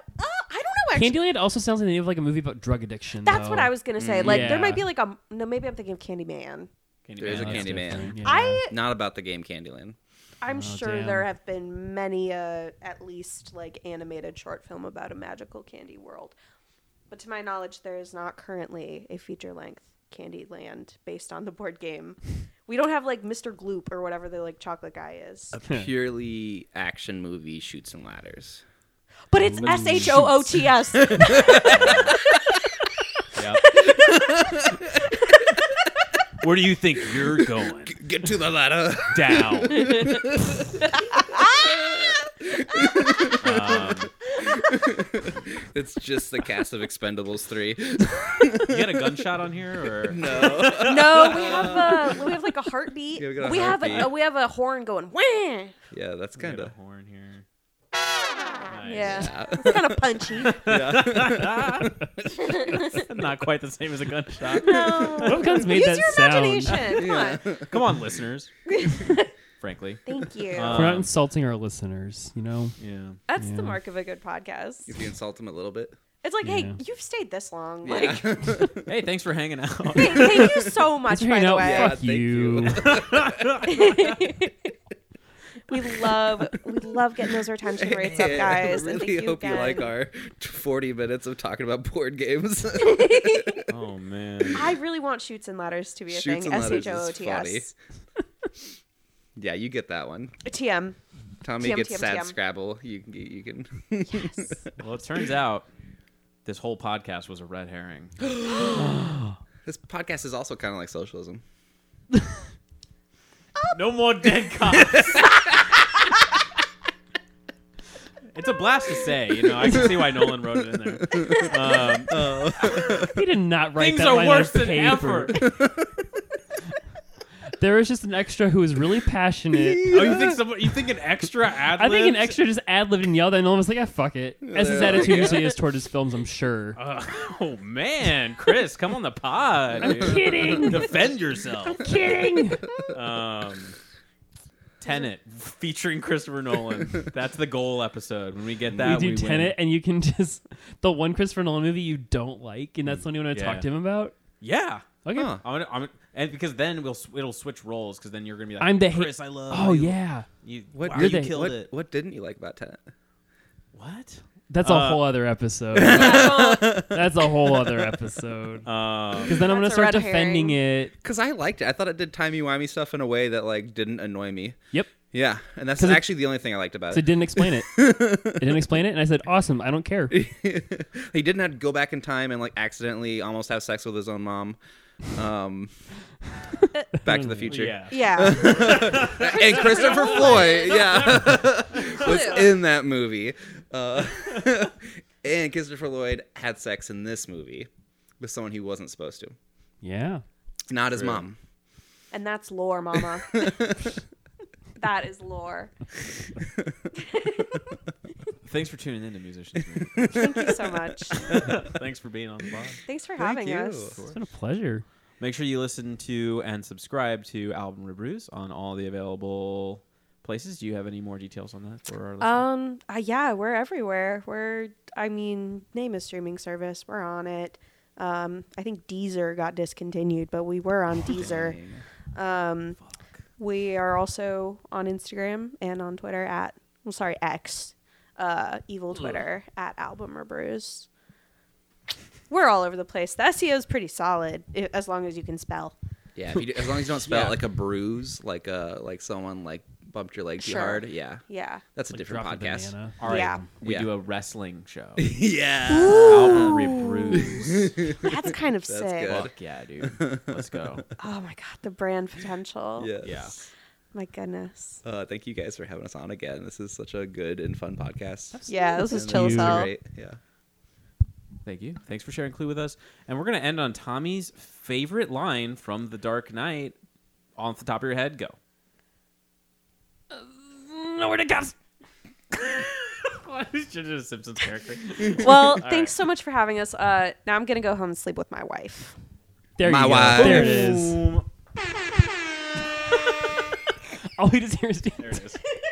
E: don't know. Actually,
D: Candyland also sounds like the name of like a movie about drug addiction.
E: That's
D: though.
E: what I was gonna say. Like
D: Yeah.
E: there might be like a no. Maybe I'm thinking of Candyman.
C: Candy
F: There is a
D: That's
F: Candyman.
D: different, yeah.
E: I
F: Not about the game Candyland.
E: I'm
D: Oh,
E: sure
D: damn.
E: there have been many uh, at least like animated short film about a magical candy world, but to my knowledge, there is not currently a feature length Candyland based on the
D: <laughs>
E: board game. We don't have like Mr. Gloop or whatever the like chocolate guy is,
F: A purely action movie shoots and ladders.
E: but it's S H O O T
D: <laughs>
E: S.
C: Yeah. <laughs> Where do you think you're going?
F: Get to the ladder.
C: Down. Um,
F: <laughs> It's just the cast of Expendables <laughs> three.
C: You got a gunshot on
F: <laughs>
C: here, or
E: No, we have a we have like a heartbeat.
F: Yeah, we
E: we,
F: got a
E: have
F: heartbeat.
E: a we have a horn going wah.
F: Yeah, that's
C: You
F: kind
C: got
F: of
C: a horn here? <laughs>
E: Yeah, it's kind of punchy.
C: Not quite the same as a gunshot.
D: <laughs> What guns made
E: Use
D: that
E: your
D: sound?
E: imagination. Come on.
C: Come on, listeners. Frankly,
E: Thank you.
D: <laughs> We're not
C: Um,
D: insulting our listeners, you know.
C: yeah.
E: That's
D: yeah.
E: the mark of a good podcast.
F: if you insult him a little bit.
E: It's like, hey,
D: Yeah.
E: you've stayed this long.
F: Yeah. <laughs>
E: Like, <laughs>
C: Hey, thanks for hanging out.
E: hey, thank you so much.
D: Let's
E: By
D: hang
E: the
D: out.
E: way,
F: Yeah,
D: Fuck
F: thank you.
D: you.
E: <laughs> we love we love getting those
F: <laughs>
E: retention rates up, guys.
F: I
E: and
F: really
E: thank you
F: hope you like
E: again.
F: our 40 minutes of talking about board <laughs> games.
C: oh man.
E: I really want shoots and ladders to be a
F: Shoots
E: thing.
F: and
E: S H
F: Ladders is
E: O O T S.
F: yeah, you get that one.
E: T
F: <laughs>
E: M.
F: Tommy
E: TM,
F: gets
E: TM.
F: sad Scrabble. You you, you can.
C: Well, it turns out this whole podcast was a red herring.
F: <laughs> this podcast is also kind of like <laughs> socialism.
C: No more <laughs> dead cops. it's a blast to say, you know. I can see why Nolan wrote it in there. Um,
D: <laughs> He did not
C: <laughs>
D: write
C: things
D: that
C: are
D: line
C: worse
D: on
C: than
D: paper.
C: ever. <laughs> oh,
D: There was just an extra who was really passionate.
C: Oh, you think someone? You think an extra ad?
D: I think an extra just ad libbed and yelled at, and Nolan was like, "Ah, fuck it." As his
F: Yeah.
D: attitude usually is toward his films, I'm sure.
C: <laughs> oh man, Chris, come on the pod. dude. <laughs>
D: kidding,
C: Defend yourself. <laughs>
D: kidding.
C: Um, Tenet featuring Christopher Nolan. That's the goal episode. When we get
D: we
C: that,
D: do
C: win.
D: Tenet, and you can <laughs> just the one Christopher Nolan movie you don't like, and that's the one you want to
C: Yeah.
D: talk to him about.
C: Yeah.
D: Okay,
F: Huh.
C: I'm gonna, I'm gonna, and because then we'll s- it'll switch roles because then you're gonna be like
D: I'm the hate-
C: Chris I love
D: Oh
C: you.
D: yeah,
C: you,
F: What-
C: wow,
D: you're
C: you
D: the-
C: killed
F: What
C: it
F: what didn't you like about Tenet?
C: what
D: that's a
C: Uh,
D: whole other
C: <laughs>
D: episode. that's a whole other episode.
C: um
D: Because then I'm gonna
E: That's a
D: start
E: red
D: defending it.
F: Because I liked it. I thought it did timey wimey stuff in a way that like didn't annoy me.
D: Yep.
F: Yeah, and that's
D: 'Cause it-
F: actually the only thing I liked about
D: So it
F: it.
D: didn't
C: <laughs>
D: explain it. it didn't explain it, and I said, "Awesome, I don't care."
F: <laughs> he didn't have to go back in time and like accidentally almost have sex with his own mom. Um, back to the future.
C: yeah
E: Yeah.
F: <laughs> and Christopher Floyd, yeah, was in that movie. Uh, <laughs> and Christopher Lloyd had sex in this movie with someone he wasn't supposed to.
D: Yeah.
F: Not his mom.
E: and that's lore,
F: <laughs>
E: mama. that is lore.
C: thanks for tuning in to
D: <laughs>
C: musicians Minute.
E: Thank you so
F: <laughs>
C: <laughs>
E: much.
C: thanks for being on the pod
E: Thanks for having
F: you.
E: us.
D: It's been a pleasure.
C: make sure you listen to and subscribe to album reviews on all the available places do you have any more details on that for our listeners?
E: Um, uh, yeah, we're everywhere. We're, I mean, name a streaming service. We're on it. Um, I think Deezer got discontinued, but we were
F: <laughs>
E: on Deezer. Um, we are also on Instagram and on Twitter at, I'm sorry, X, uh, evil Twitter at album or brews. We're all over the place. The SEO is pretty solid i- as long as you can spell.
F: <laughs> Yeah, if you do, as long as you don't spell it
C: Yeah.
F: like a bruise, like a like someone like bumped your leg too
E: Sure.
F: hard. Yeah, <laughs>
E: Yeah.
F: that's a
D: Like,
F: different
D: drop the
F: podcast.
D: banana.
C: all right
E: yeah.
C: we
F: Yeah.
C: do a wrestling
E: <laughs>
C: show
F: <laughs> yeah,
C: album
F: <laughs>
C: reviews
E: That's kind of
F: That's
E: sick.
F: good.
C: fuck yeah dude let's go
E: Oh my God, the brand potential.
F: yes.
C: yeah
E: My goodness.
F: Uh, thank you guys for having us on again. This is such a good and fun podcast.
E: Yeah, this is
F: And
E: chill as
F: these are
E: hell.
F: great. Yeah.
C: Thank you. Thanks for sharing Clue with us. And we're going to end on Tommy's favorite line from The Dark Knight. Off the top of your head, go.
D: Uh, Nowhere
C: <laughs>
D: to cops.
C: Should have a Simpsons character.
E: Well, thanks so much for having us. Uh, now I'm gonna go home and sleep with my wife.
D: There
F: My
D: you go.
F: wife.
D: There it is. <laughs> All we just hear is
C: There it is.